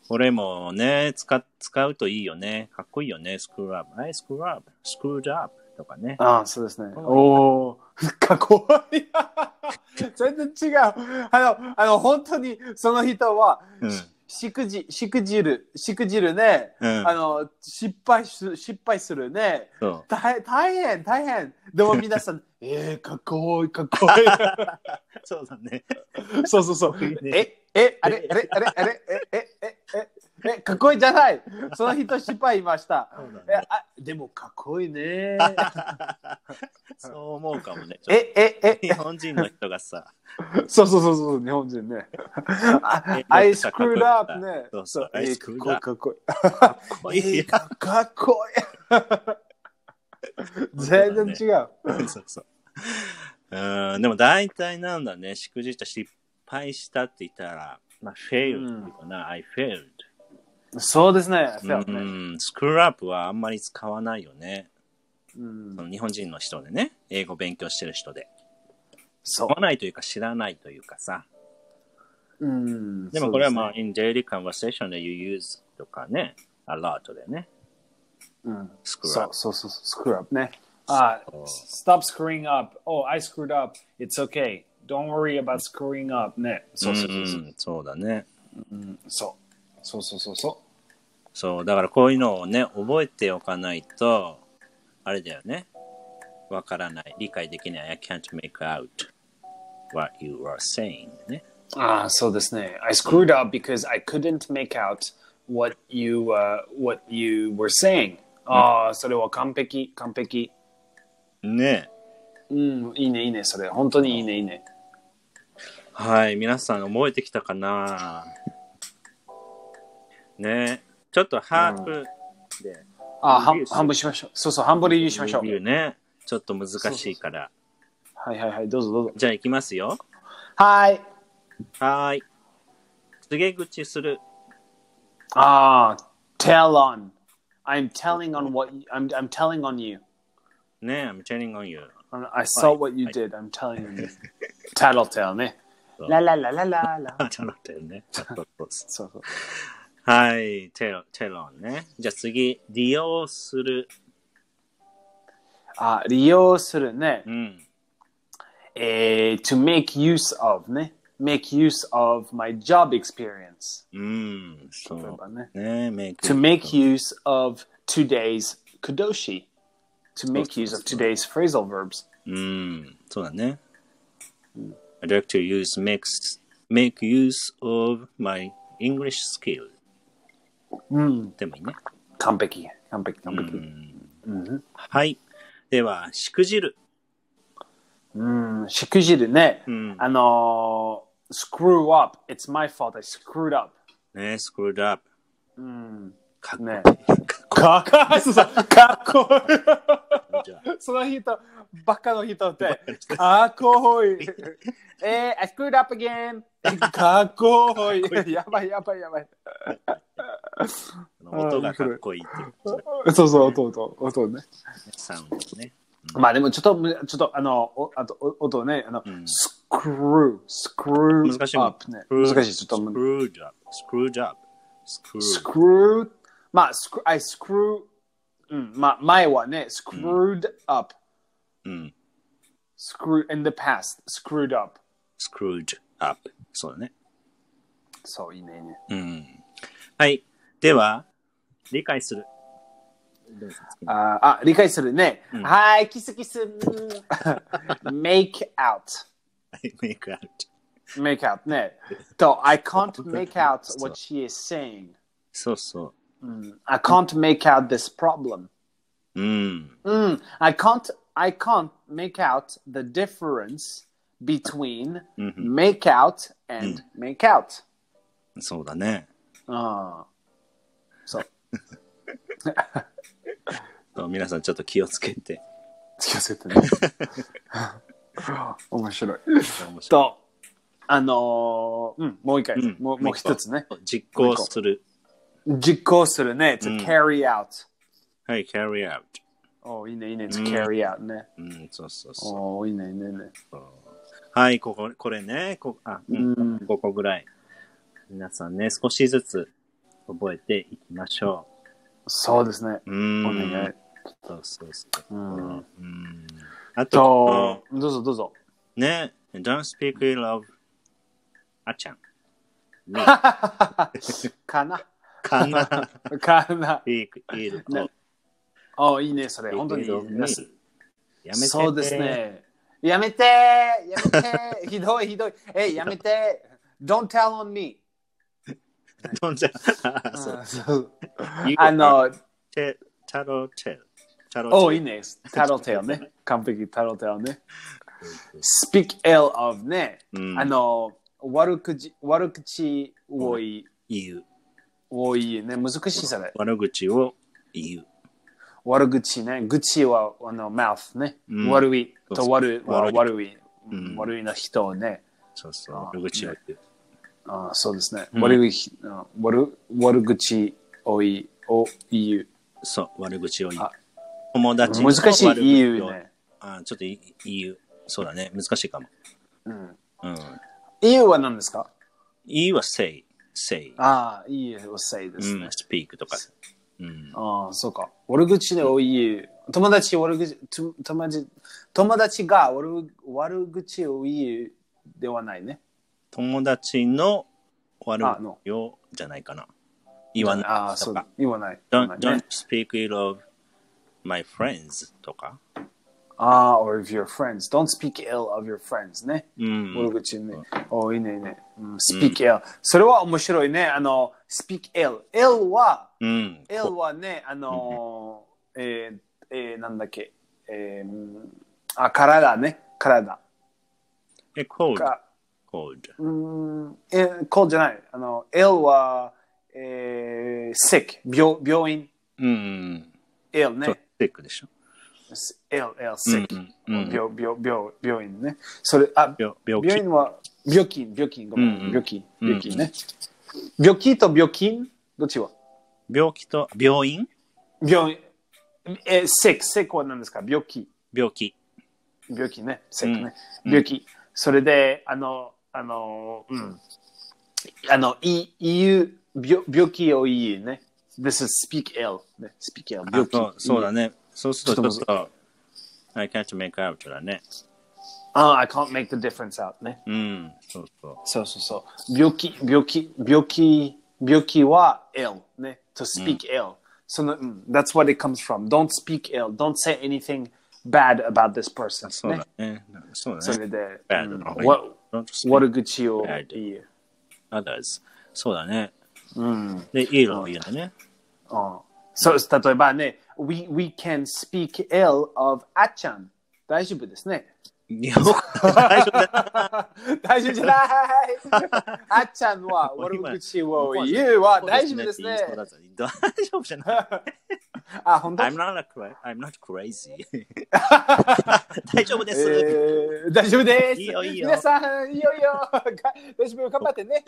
これもね使っ、使うといいよね。かっこいいよね、スクールアップ。はい、スクールアップ。スクールアップとかね。
ああ、そうですね。おお、かっこいい。全然違う。あの、あの、本当に、その人は、
うん
ししくじ、しくじる、しくじるね。
うん
あの、失敗す、失敗するね。
そう。
大大変、大変。でも皆さん、 えー、かっこいい、かっこい
そうだね。
い。そうそうそう。え、え、あれ、あれ、あれ、あれ、え、え、え、え、え、かっこいいじゃない。その人失敗いました。
そうだね
えあでもかっこいい ね。
そう思うかもね。ちょっ
え、え、え
と、日本人の人がさ、
そうそうそうそう、日本人ね。あ
え
I screwed up
かっこいい
ね。
そうそう I
えー
screwed up
かっこいい。
かっ
か
こいいよ。
っこ いい。全然違う。
そうそう。うーん、でも大体なんだね。しくじった失敗したって言ったら、まあ、failed っていうかな。I failed。
そうですね。そう
う
ね
ん、スクールアップはあんまり使わないよね。
うん
その日本人の人でね、英語勉強してる人で。
そ
使わないというか知らないというかさ。
う。うん
でもこれはまあ、
そう
in daily conversation で you use とかね、a lot
で
でね、
すねうん
スクール
そ
ア
う
ップ。
そうそうそう、スクールアップね。 Ah, stop screwing up. Oh, I screwed up. It's okay. Don't worry about screwing up. ね。そうそうそうそう。
んそうだね。
そうそうそうそうそ
そう、だからこういうのをね、覚えておかないと、あれだよね。わからない。理解できない。I can't make out what you are saying. ね。
う。ああ、そうですね。I screwed up because I couldn't make out what you,、uh, what you were saying. ああ、それは完璧、完璧。
ね
うん、いいね、いいね、それ。本当にいいね、いいね。
はい、皆さん覚えてきたかなねちょっとハープで、
ああ、半半分しましょう。そうそう、半分リリーしましょう。
いうね、ちょっと難しいから。
はいはいはい、どうぞどうぞ。
じゃあ行きますよ。
はい。
はーい。告げ口する。
Ah, tell on. I'm telling on what you, I'm. I'm telling on you.
ね I'm telling on you.
I saw what you did. I'm telling on you. Tattletale ね。La la la la la la.
あ、ちょっと待ってね。ちょっとそうそう
そうそう。
はい、テロ、テロンね。じゃあ次、利用する。
あ、利用するね
う。ん。
えー、to make use of ね。make use of my job experience.
うん、
例え
そ
ばね。
う。ね、メイク。
To make use of today's kudoshi. To make use of today's phrasal verbs.
うん、そうだね。I'd like to use, make, make use of my English skill. うん。でもいいね。
完璧。完璧。完璧。
はい。では、しくじる。
うんしくじるね。
ん
あのー、screw up. It's my fault. I screwed up.
ね、screwed up。かっこいい
ね。
かっ
かっこいい。そうそうかっこいい。
こいいじゃん。
その人、バカの人って、かっこいい。 えー、I screwed up again. かっこいい。やばいやばいやばい。
音がかっこいいっていう感
そうそう、音、音、音ね。
じだね。サウンドね。
まあでもちょっとむ、ちょっと、あの、おあと、お音ね、あの、screw,
難しい
screw
もん
up ね。難しい、ちょっとむ。
screwed up。screwed up。screwed
screwed まあ、screw- I screw うん、まあ、前はね、screwed up、
うん。
screw in the past、screwed up。
screwed up。そうだね。
そう、いいね、いいね。
うん。はい。では、理解する。
あー、あ Uh, 理解するね。はい、キスキス。うん make out。
I make out.
make out ね。と、I can't make out what she is saying。
そうそ
I can't make out this problem。
う。うん。
うん、I can't, I can't make out the difference between make out and make out。
そうだね。
ああ。そう。
そう皆さんちょっと気をつけて。
気をつけてね。 面白い。
面白い
と、あのーうん、もう一回、
ん
もうもう一つね。
実行する。
実行するね。to carry out。
はい、carry out。
おおいいね、いいね。to carry out ね。
うん、そうそうそう。
おおいいね、いいねいいね。
はい、ここ、これね、こ、あ、うん、ここぐらい。皆さんね、少しずつ覚えていきましょ
そうですね。
う。うーん。
お願い。
そうそうそう。
うん
うん。あと
と、、どうぞどうぞ。
ね、don't speak ill of あちゃん。
かな。
かな、
かな。
speak ill of
ね。おおいいね、それ。
speak
本当にいい
ill of
ね。
me やめて。
そうです。ね。やめてやめ てひどいひどいえ、やめて !Don't tell on me!
どんじゃ、あそう。You-
あの、
て、タロテル。タロ
お
テ
いいね。タロテル ね。完璧、タロテルね。speak ill of ね。
うん
あの、悪口、悪口多い、
ル。言う。
多いね。難しいそれ。
悪口を言う。
悪口ね。愚痴は、あの、mouth ね。
うん
悪い
そう
と
そう
悪いは悪い。
ん
悪いな人をね。
そうそう。悪口を言う。
あーそうですね。悪いひ、あー悪悪口多い、を言う。
そう、悪口を言う。友達の
難しい
悪口を
言うね。
あちょっとい言う。そうだね。難しいかも。うん。
言うは何ですか
言うは say, say,
ああ、言うを say で
う
す
ん
ね。
speak とか。うん。
ああ、そうか。悪口で多い言う。友達悪口つ友達友達が悪悪口を言うではないね。
友達の悪
あの
いよじゃないかな。言わ
あ
な
あ、
い
そ
と
うだ
か。。
言わない。言わ
Don't,
ないね
don't speak ill of my friends とか。
ああ、or of your friends. Don't speak ill of your friends ね。
うん
悪口ね。おいいねいいね。うん speak ill。それは面白いね。あの、speak ill。ill は、
うん。
L はね、あのー、えーえーなんだっけ、えーうんあ、体ね、体。
え、cold,
か
cold.
うーん、えー、こうじゃない。あの、L は、えー、sick、病病院、
うん。
L
そう
ね、、
sick でしょ。
L、L、
う
sick、
ん。うん。
病病病病院ね。それ、あ、
病
病
病気
院は、病気、病気、ごめん
うん、うん
病気、
うん
病気ね。病気と病気、どっちは
病気と病院
病院、えー、sick、sick は何ですか病気。
病気。
病気ね、セットね、
うん
病気。それで、あの、あの、うん。あの、い、言う、病病気を言うね。This is speak ill. ね、speak ill.
あ
病気。
そうそうだね。そうすると
ち
ち
ょ
ょ
っ
っと、I can't make out だね。
あ、I Oh, can't make the difference out ね。
うん。そうそう。
そうそうそう。病気、病気、病気、病気は ill ね。to speak ill、その、うん。That's what it comes from. Don't speak ill. Don't say anything bad about this person.
そう
ね
だ。ね。そう
そ
だね。
れで、
bad
うん
の、
わ
don't speak
悪口を
bad
言う。
others。そうだね。
うん。
で、いいのいいのね。
うんそうです例えばね、we, we can speak ill of あっちゃん。大丈夫です ね。
いや 大丈夫だ。
大丈夫じ ゃないあっちゃんは悪口を言うは大丈夫ですね。
大丈夫じゃない。
あ、本当
I'm not, a cra- I'm not crazy. 大丈夫です。
えー大丈夫です。
いいよいいよ
皆さん、いいよいいよ。が大丈夫頑張ってね。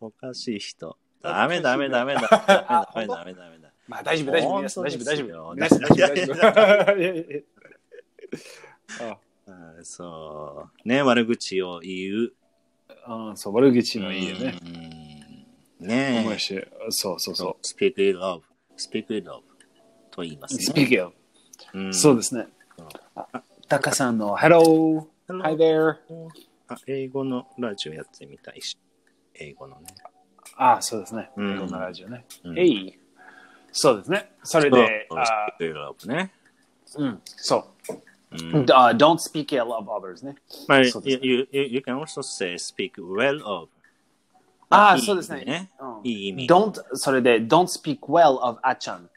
おかしい人。ダメダメダ メだ。
あ
ダメダメダメダメ
まあ大丈夫、大丈夫、
本
皆さん大丈夫、
当で
大
す
丈
よ
夫。皆さん大丈夫、大丈夫いやいやいや。
だ。あそう。ね、悪口を言う。
ああ、そう、悪口のいいよね。
うん。ね
面
え。
白い。そうそうそう。
Speak ill of. Speak ill of. と言いますね。
speak ill。
うん
そうですね。あタカさんの Hello!
Hello.
Hi there!
あ英語のラジオやってみたいし。英語のね。
あそうですね。
うん
英語のラジオね。
うん
Hey! そうですね。それで、
そう
あ
speak ill of ね。
うん、そうう。
ん
Uh, Don't speak ill of others ね。
まあ、
そうです
you,
ね
you, you you can also say speak well of.
あ
いい意味
そうですね
ね。
うん
いい意味
Don't、それで、Don't speak well of あちゃ ん。
違う。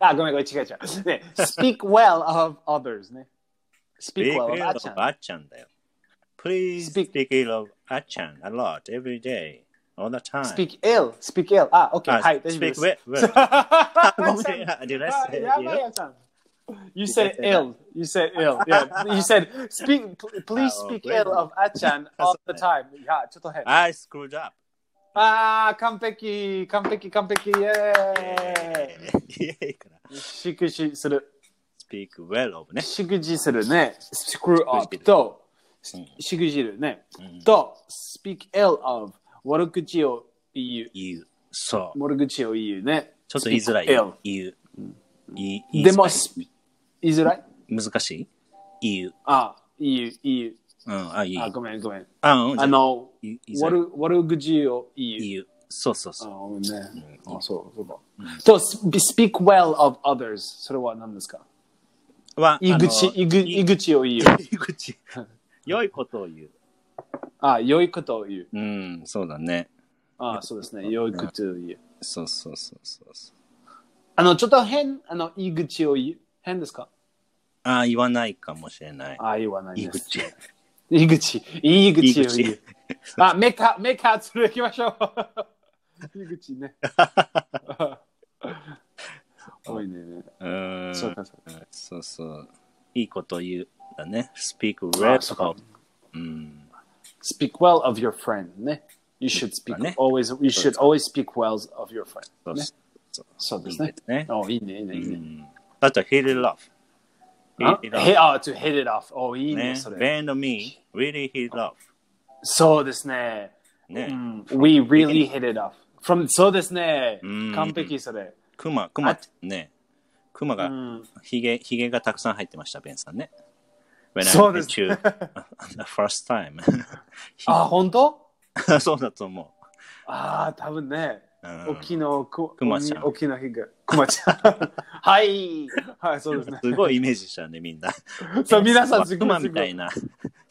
あ、ごめんごめん、違う違う。ね、speak well of others ね。
Speak
speak well of
ill
あ
of
ちゃん。
あっちゃんだよ。Please
Speak-
speak, ill of あっちゃん a lot, every day, all the time.
speak ill, speak ill. あ、OK、
あ
はい、大丈夫です。
speak well-
あ
ごめん、did I
あ
say
やばい
ill?
やつさん You said
say
ill. You said ill. Yeah. You said speak. Please
あ
speak
ごめん
ill of Achan all the Ah, time. いや、ちょっと変。あ
I screwed up.
あー、完璧、完璧、完璧。イ ェーイ。
いやいいから。
祝辞する。
Speak well of ね。
祝辞するね。screw up
祝辞
と
うん、
祝辞るね
ん。
と、speak ill of 悪口を言う。
言う。そう。
悪口を言うね。
ちょっと言いづらい
Speak ill。。
言う。言い言いづらい
でも、言いづらい
難しい言う。
あ、言う、言う。
うん、あ、言
あ、
う。
ごめん、ごめん。
あ、うん、じゃ
あの、
言いづらい
悪悪口を言う。
言う。そうそう
あ
そう。
ごめんね。あ、そう、そうだ。と、ス speak well of others。それは何ですか
は、
言い口、
あの
言いぐ言い口を言う。
言い口。 良いことを言う。
あ、良いことを言う。
うん、そうだね。
あ、そうですね。良いことを言う。
そうそうそうそうそう。
あの、ちょっと変、あの、言い口を言う。変ですか
ああ、言わないかもしれない。
あ、言わない
言い
です。
口。
言い口。言い口を
言
言う
い。
あ、メカ、メカつる行きましょう。言い口 ね。多いね。
うーん。
そうか、そうか。
そうそう。いいこと言う。だね。speak
あ
well
そうか
of。うん。
speak well of your friend ね。You should speak
ね
always, you should always speak well of your friend
そう
ね。
そう。
そうで
いい
すね
です。ね。
おいいね、いいね、いいうね。
ん。あと、hit it off.
あ
Hit it off.
へあ、to hit it off。お Oh, いいね、
ね。
それ。
Ben and me really hit it off.
そうですね。う
ね。
Mm. ん We really hit it off. From そうですね
うん。
完璧それ。
クマ、クマってね、クマ
う
が、
ん、
ヒゲ、ヒゲがたくさん入ってました、ベンさんね。When I
そうです
met you the first time.
あ、本当
そうだと思
ああ、多分ね。
う。うん
沖のく
熊ちゃん
沖の日が。くまちゃん。 はい。はい、そうですね。
すごいイメージしたね、みんな。
そう、皆さんすご
ク
い
マみたいな。
す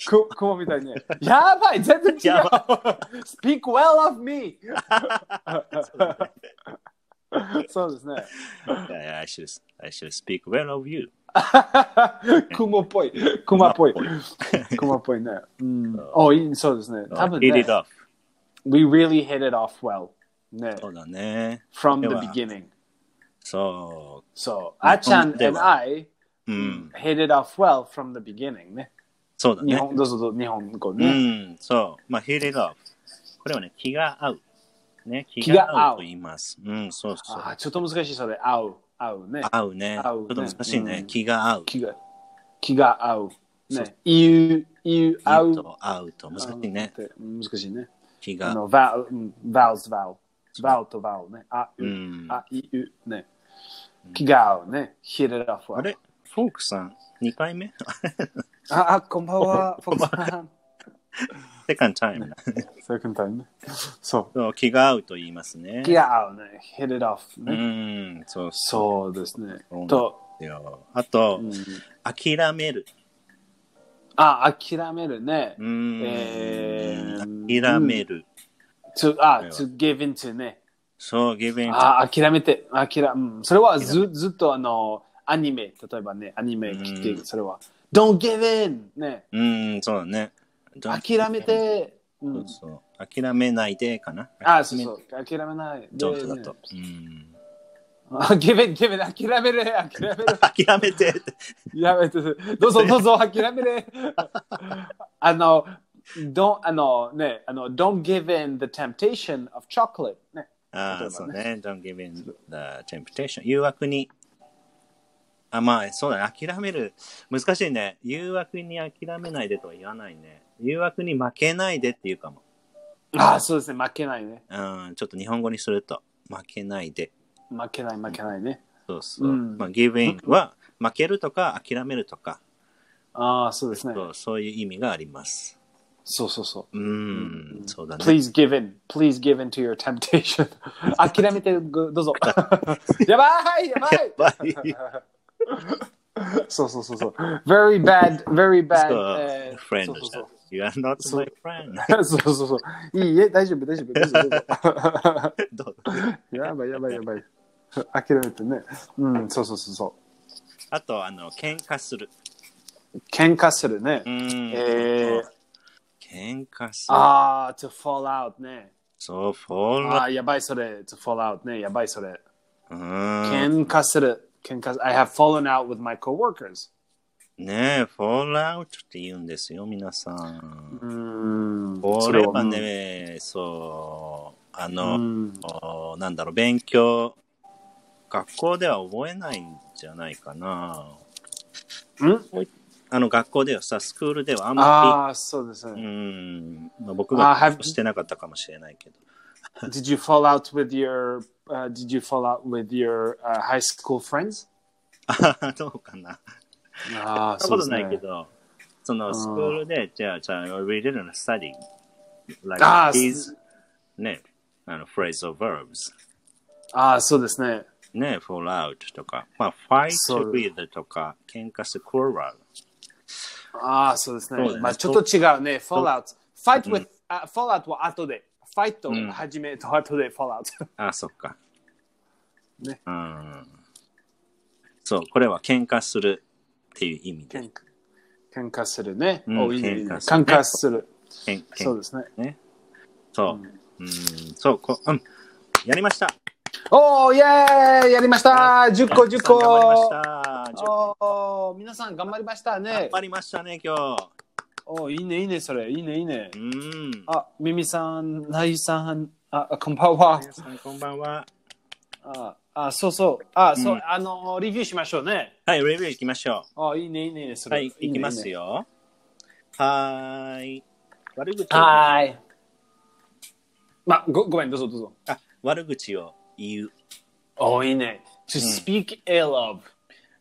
ごいく熊みたいね。やばい、全然違う。
や
Speak well of me! そうですね。
Yeah, yeah, I should, I should speak well of you.
雲っぽ い。熊っぽい。熊っぽいね。うん。お、いい、そうですね。 多分
Eat
ね
it。up.
We really hit it off well. ね。
そうだね。
From
で
the
は
beginning.
そ
So,
本
Achan
で
and
は
I
う。うん。
hit it off well from the beginning ね。
そうだ
日
ね。
本、どうぞどうぞ日本語
う
ね。
ん。そう。まあ、hit it up. これはね、気が合う。ね、気
気が
が
合
合
う
うと言います。うん、そうそう。
あーちょっと難しいそれ。合う。合うね。
合うね。ち
合う
ょ
ね
っと難しいうね
ん。
気が合う。
気が、気が合う。
そう
ね。言う、言う、合
合う
う。
と合うと難しいね。
合うって。難しいね。
気
あ
が。
の、バウ、うんバウスバウ。バウとバウね。あ、う
うん
あ、い、う、ね。気が合うね。ヒレラフ
あれフォークさん、2回目
あ、あ、こんばん は。フォック さん。
?Second time.
セカンドタイムね。そう。
そう、気が合うと言いますね。
気が合うね。ヒレラフ
う
ね。
ん、そうそ
そうですね
そうなん。だ
と、
うよ。あと
うん、
諦める。
あ、諦めるね。
うん
えー
諦める。
to, あ、to give in to ね。
そう、ギブイン。
あ、諦めて、諦うん。それはずずっとあの、アニメ、例えばね、アニメ聞いて、
うん
それは、don't give in! ね、
うん、そうだね。
諦め。て、う
そ
ん
う、そう。諦めないでかな。
あ、そうそう、諦めない。で
上手だと
ね。
うん。
あ Oh, give in, give in, 諦める、諦める。
諦めてって。
やめて、どうぞどうぞ、諦める。 あの、don't, あのね、あの、don't give in the temptation of chocolate. ね。
あ
例えばね
あ、そうね。Don't give in the temptation. 誘惑に。あ、まあ、そうだね。諦める。難しいね。誘惑に諦めないでとは言わないね。誘惑に負けないでっていうかも。
あ、そうですね、負けないね。
うん、ちょっと日本語にすると。負けないで。
負けない、負けないね。
そうそう。
うん
まあ、give in は負けるとか諦めるとか。
ああ、そうですね。
そう、そういう意味があります。
そうそうそう。
うーん、そうだね。
Please give in. Please give in to your temptation. 諦めてどうぞ。 やばいやばい
ばい
そうそうそうそう。Very bad, very
そ
bad. uh, え
う
ー、
friend
そうそう
You are not my friend.
そう。そうそうそう。いいえ、大丈夫、大丈夫、大丈夫。
どう
やばいやばいやばい。諦めてね。うん、そうそうそうそ
あと、あの、喧嘩する。
う。喧嘩するね
う。ーん。mm,
えー、
喧嘩する。
あー、to ah, fall out Ah, ね。
そう、フォロ
あー、やばいそれ。to fall out ね。やばいそれ。
ー。うーん。
喧嘩する。喧嘩す I have fallen out with my coworkers.
ねえ、フォローアウトって言うんですよ、皆さん。
うん
これはね、そう、あ
う
の、
ん、
おなんだろう、勉強、学校では覚えないんじゃないかな。
うん
あの、学校ではさ、スクールではあんまり、
ああ、そうです
う
ね。
ん、まあ、僕
あ
が
have-
してなかったかもしれないけど。
Did you fall out with your、uh, Did you fall out with your、uh, high school friends?
あどうかな。
ああ、
そんなことないけ。ど、そのスクールで、じゃあ、じゃあ、we didn't study like
あー
these ね、あの、phrasal verbs
ああ、そうですね。
ね、fall out とか、まあ、fight
そう
to read とか、喧嘩する quarrel。
ああ、そうです
そう
ね
だ。ね
まあちょっと違うね。fall out。fight with、あ fall out は後で。fight を始めと後で fall out。
あ、そっか。
ね。
うん。そう、これは喧嘩するっていう意味で。
喧嘩喧嘩するね。
うん
おいいねいいね
喧嘩する
喧嘩する。
喧嘩
そうですね。
ね。そう。うん、そう、こうん。やりました。
おお、イェーイやりました
や
!10 個、10個
頑張りました。10
おー皆さん頑張りました
頑
ね。
張りましたね、今日。
おーいいね、いいね、それ。いいね、いいね
う。ん。
あ、ミミさん、ナイさん、あ、あこんばんは。
皆さん、こんばんは。
あ、あそうそう。あ、そう、
うん
あの、リビューしましょうね。
はい、レビュー行きましょ。
あ、いいね、いいね、そうれ。
はい、行きます
よ。
よ。はーい。悪口を
はーい。ま、ご、ごめん、どうぞどうぞ。
あ悪口を言う。
おいいね。to speak ill of.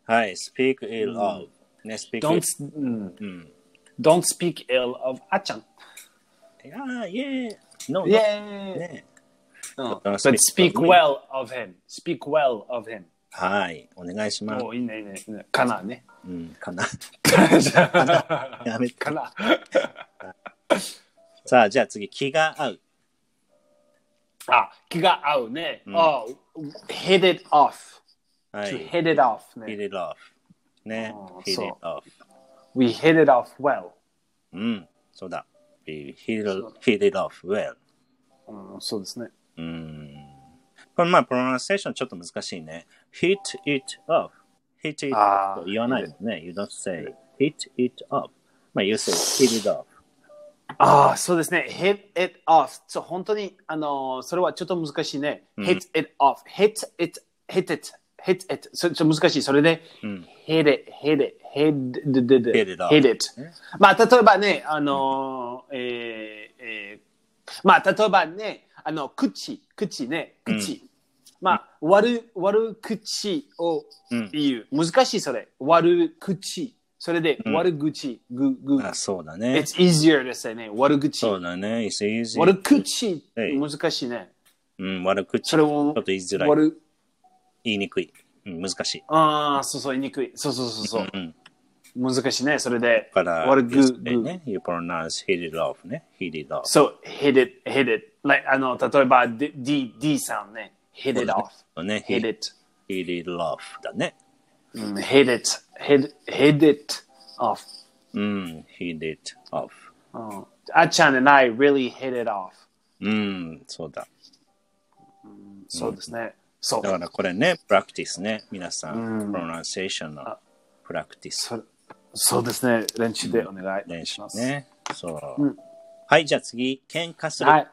はい、speak ill of。ね、speak
Don't,
ill
うん
うん。
don't speak ill of あっちゃん。
いやー、イェーイ。No, no.
ね
ね。
うん
だから
But speak
speak of me.
well of him. Speak well of him.
はい、お願いします。
おいいね、いいね。かな ね。
うん、かな。
か
やめて。
な。
さあ、じゃあ次、気が合う。
あ、気が合うね。
うん
あ、head it off.
は
To
い。
head it off
hit
ね。
it off。ね
あー。
hit it
そう
off。
We head it off well.
うん、そうだ。We hit it- hit it off well。
うん、そうですね。
うん。これまあ、プロナンセーションちょっと難しいね。hit it off。hit it
あ
off
ー
と言わないもんね。You don't say hit it off。まあ、you say hit it off。
ああ、そうですね。hit it off。そう、本当に、あのー、それはちょっと難しいね。hit it off。hit it, hit it, hit it。それちょっと難しい。それで、hit it, hit it, hit it,
Hit it off
hit it。まあ、例えばね、あのー、えーえーまあ、例えばね、あの、口、口ね、口。まあ、悪、悪口を言う。難しい、それ。悪口。それで、悪口、ぐ、ぐ。
あ、そうだね。
It's easier to say ね。悪口。
そうだね。It's easy.
悪口、
はい
難しいね。
うん、悪口。
それも、
ちょっと言いづらい
悪
言いにくい。うん、難しい。
ああ、そうそう、言いにくい。そうそうそうそう、
うん。
難しいね。それで、
から、
悪ぐ、
ね
ぐ。
ね。You pronounce hit it off ね。hit it off。
そう、hit it, hit it. Like, あの、例えば、D- D, D さんね。hit it off.
そうね。
hit
hit it
it.
hit it off だね。
うん hit it. hit, hit it off.
うん、hit it off。
うんあっちゃん and I really hit it off.
うん、そうだ。
そうですね。そう
だ。からこれね、プラクティスね。皆さん、プロナンセーションのプラクティス
そそうですね。練習でお願
練
いし
習
ます。
ね。そう。はい、じゃあ次、喧嘩する。
はい。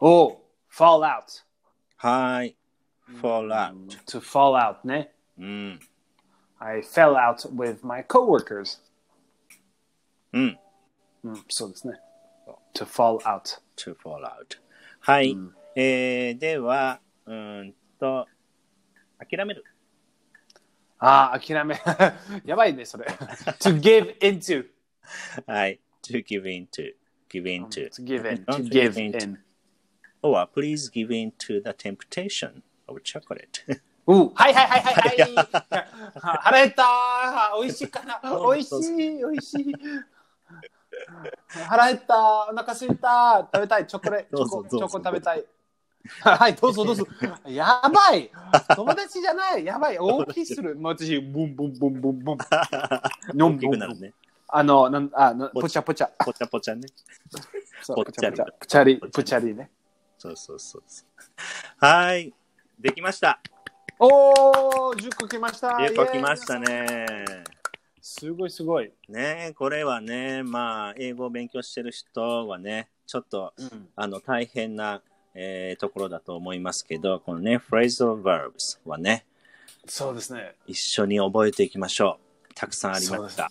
おう、fall Oh, out.
はい。fall out。
to fall out ね。Mm.
うん、
I fell out with my coworkers. Mm.
う
う
ん。
ん、そうですね。to fall out.
to fall out。はい。えーでは、うーんと、諦める。
ああ、諦め。 やばいね、それ。to give into.
はい。to give in to, give in to.
to give in. to
Don't
give in.
Or please give in to the temptation of chocolate.
うんはいはいはいはいはい。 腹減ったー。美味しいかな。美味しい、美味しい。腹減ったー。お腹すいたー。食べたい。チョコレチ
ど
ョ
うぞ
コ、チ
どうぞ
ョコ食べたい。はい、どうぞどうぞ。やばい。友達じゃない。やばい。大きいする。もう私、ブンブンブンブンブン。ニョン
大き
ブ
く
ンブ
なる
ン。
ね。
あの、なん、あ、な
ぽ
ぽちゃぽちゃ。
ぽちゃぽちゃね。
そう
ぽ
ぽ
っち
ち
ゃ
ゃ
り
ぽちゃ。ぽちゃり、ぽちゃりね。
そうそうそうそう。はい。できました。
おー、10個来ました。
よく来まし
イエーイ。
たね。
すごいすごい。
ねこれはね、まあ、英語を勉強してる人はね、ちょっと、あの、大変な、えーところだと思いますけど、このね、phrasal verbs はね、
そうですね。
一緒に覚えていきましょう。たくさんありました。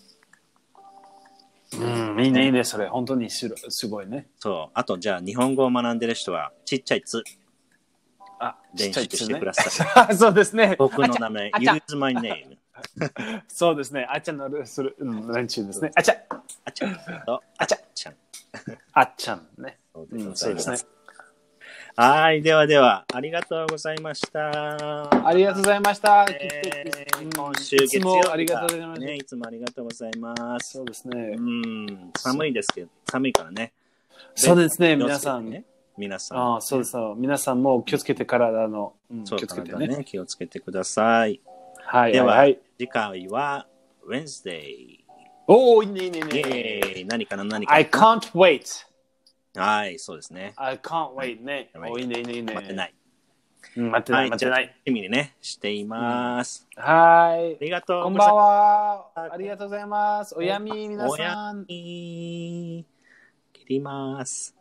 うん、いいね、いいね、それ。本当にするすごいね。
そう。あと、じゃあ、日本語を学んでる人は、ちっちゃいつ、
あ、
練習してくだ
い
さい。
ね。 そうですね。
僕の名前、
あちゃ
use my name。
そうですね。あっちゃんのルする、うん、練習ですね。あっちゃん、
あちゃんと、
あっちゃん、
ちゃん。
あっちゃんね。
そうで
うん、
ござ
そ
いうま
ですね。
はい。ではでは、ありがとうございました。
ありがとうございました。
えー
うん
今週月
いつ
曜日
もありがとうございま
ね。
し
いつもありがとうございま
た。
す
そ。うですね
う。ん、寒いですけど、寒いからね。
そうですね、
気を
皆
つけて
さん。
ね。皆さん。
あーそうですそう。皆さんも気をつけて体の、うん気
そ
を
う、
つけて
体
ね。
ね、気をつけてください。
はい、
では、
はい。
次回は Wednesday。
おお、いいね、いいね、いい
イ
ね。
エーイ何かな何か
I
な
can't wait.
はい、そうですね。
I can't wait ね。おーいいね、いいね、いいね。
待ってない。
うん。待って
は、
ないい、
じ
待
ゃ
って
あ
な
楽
い。
しみにね、しています。
はい
あ。りがとう
こん
ご
ば
ざい
ん
ます。
は。
はい
ありがとうございます。おやみ、皆
おや
さん。
み切ります。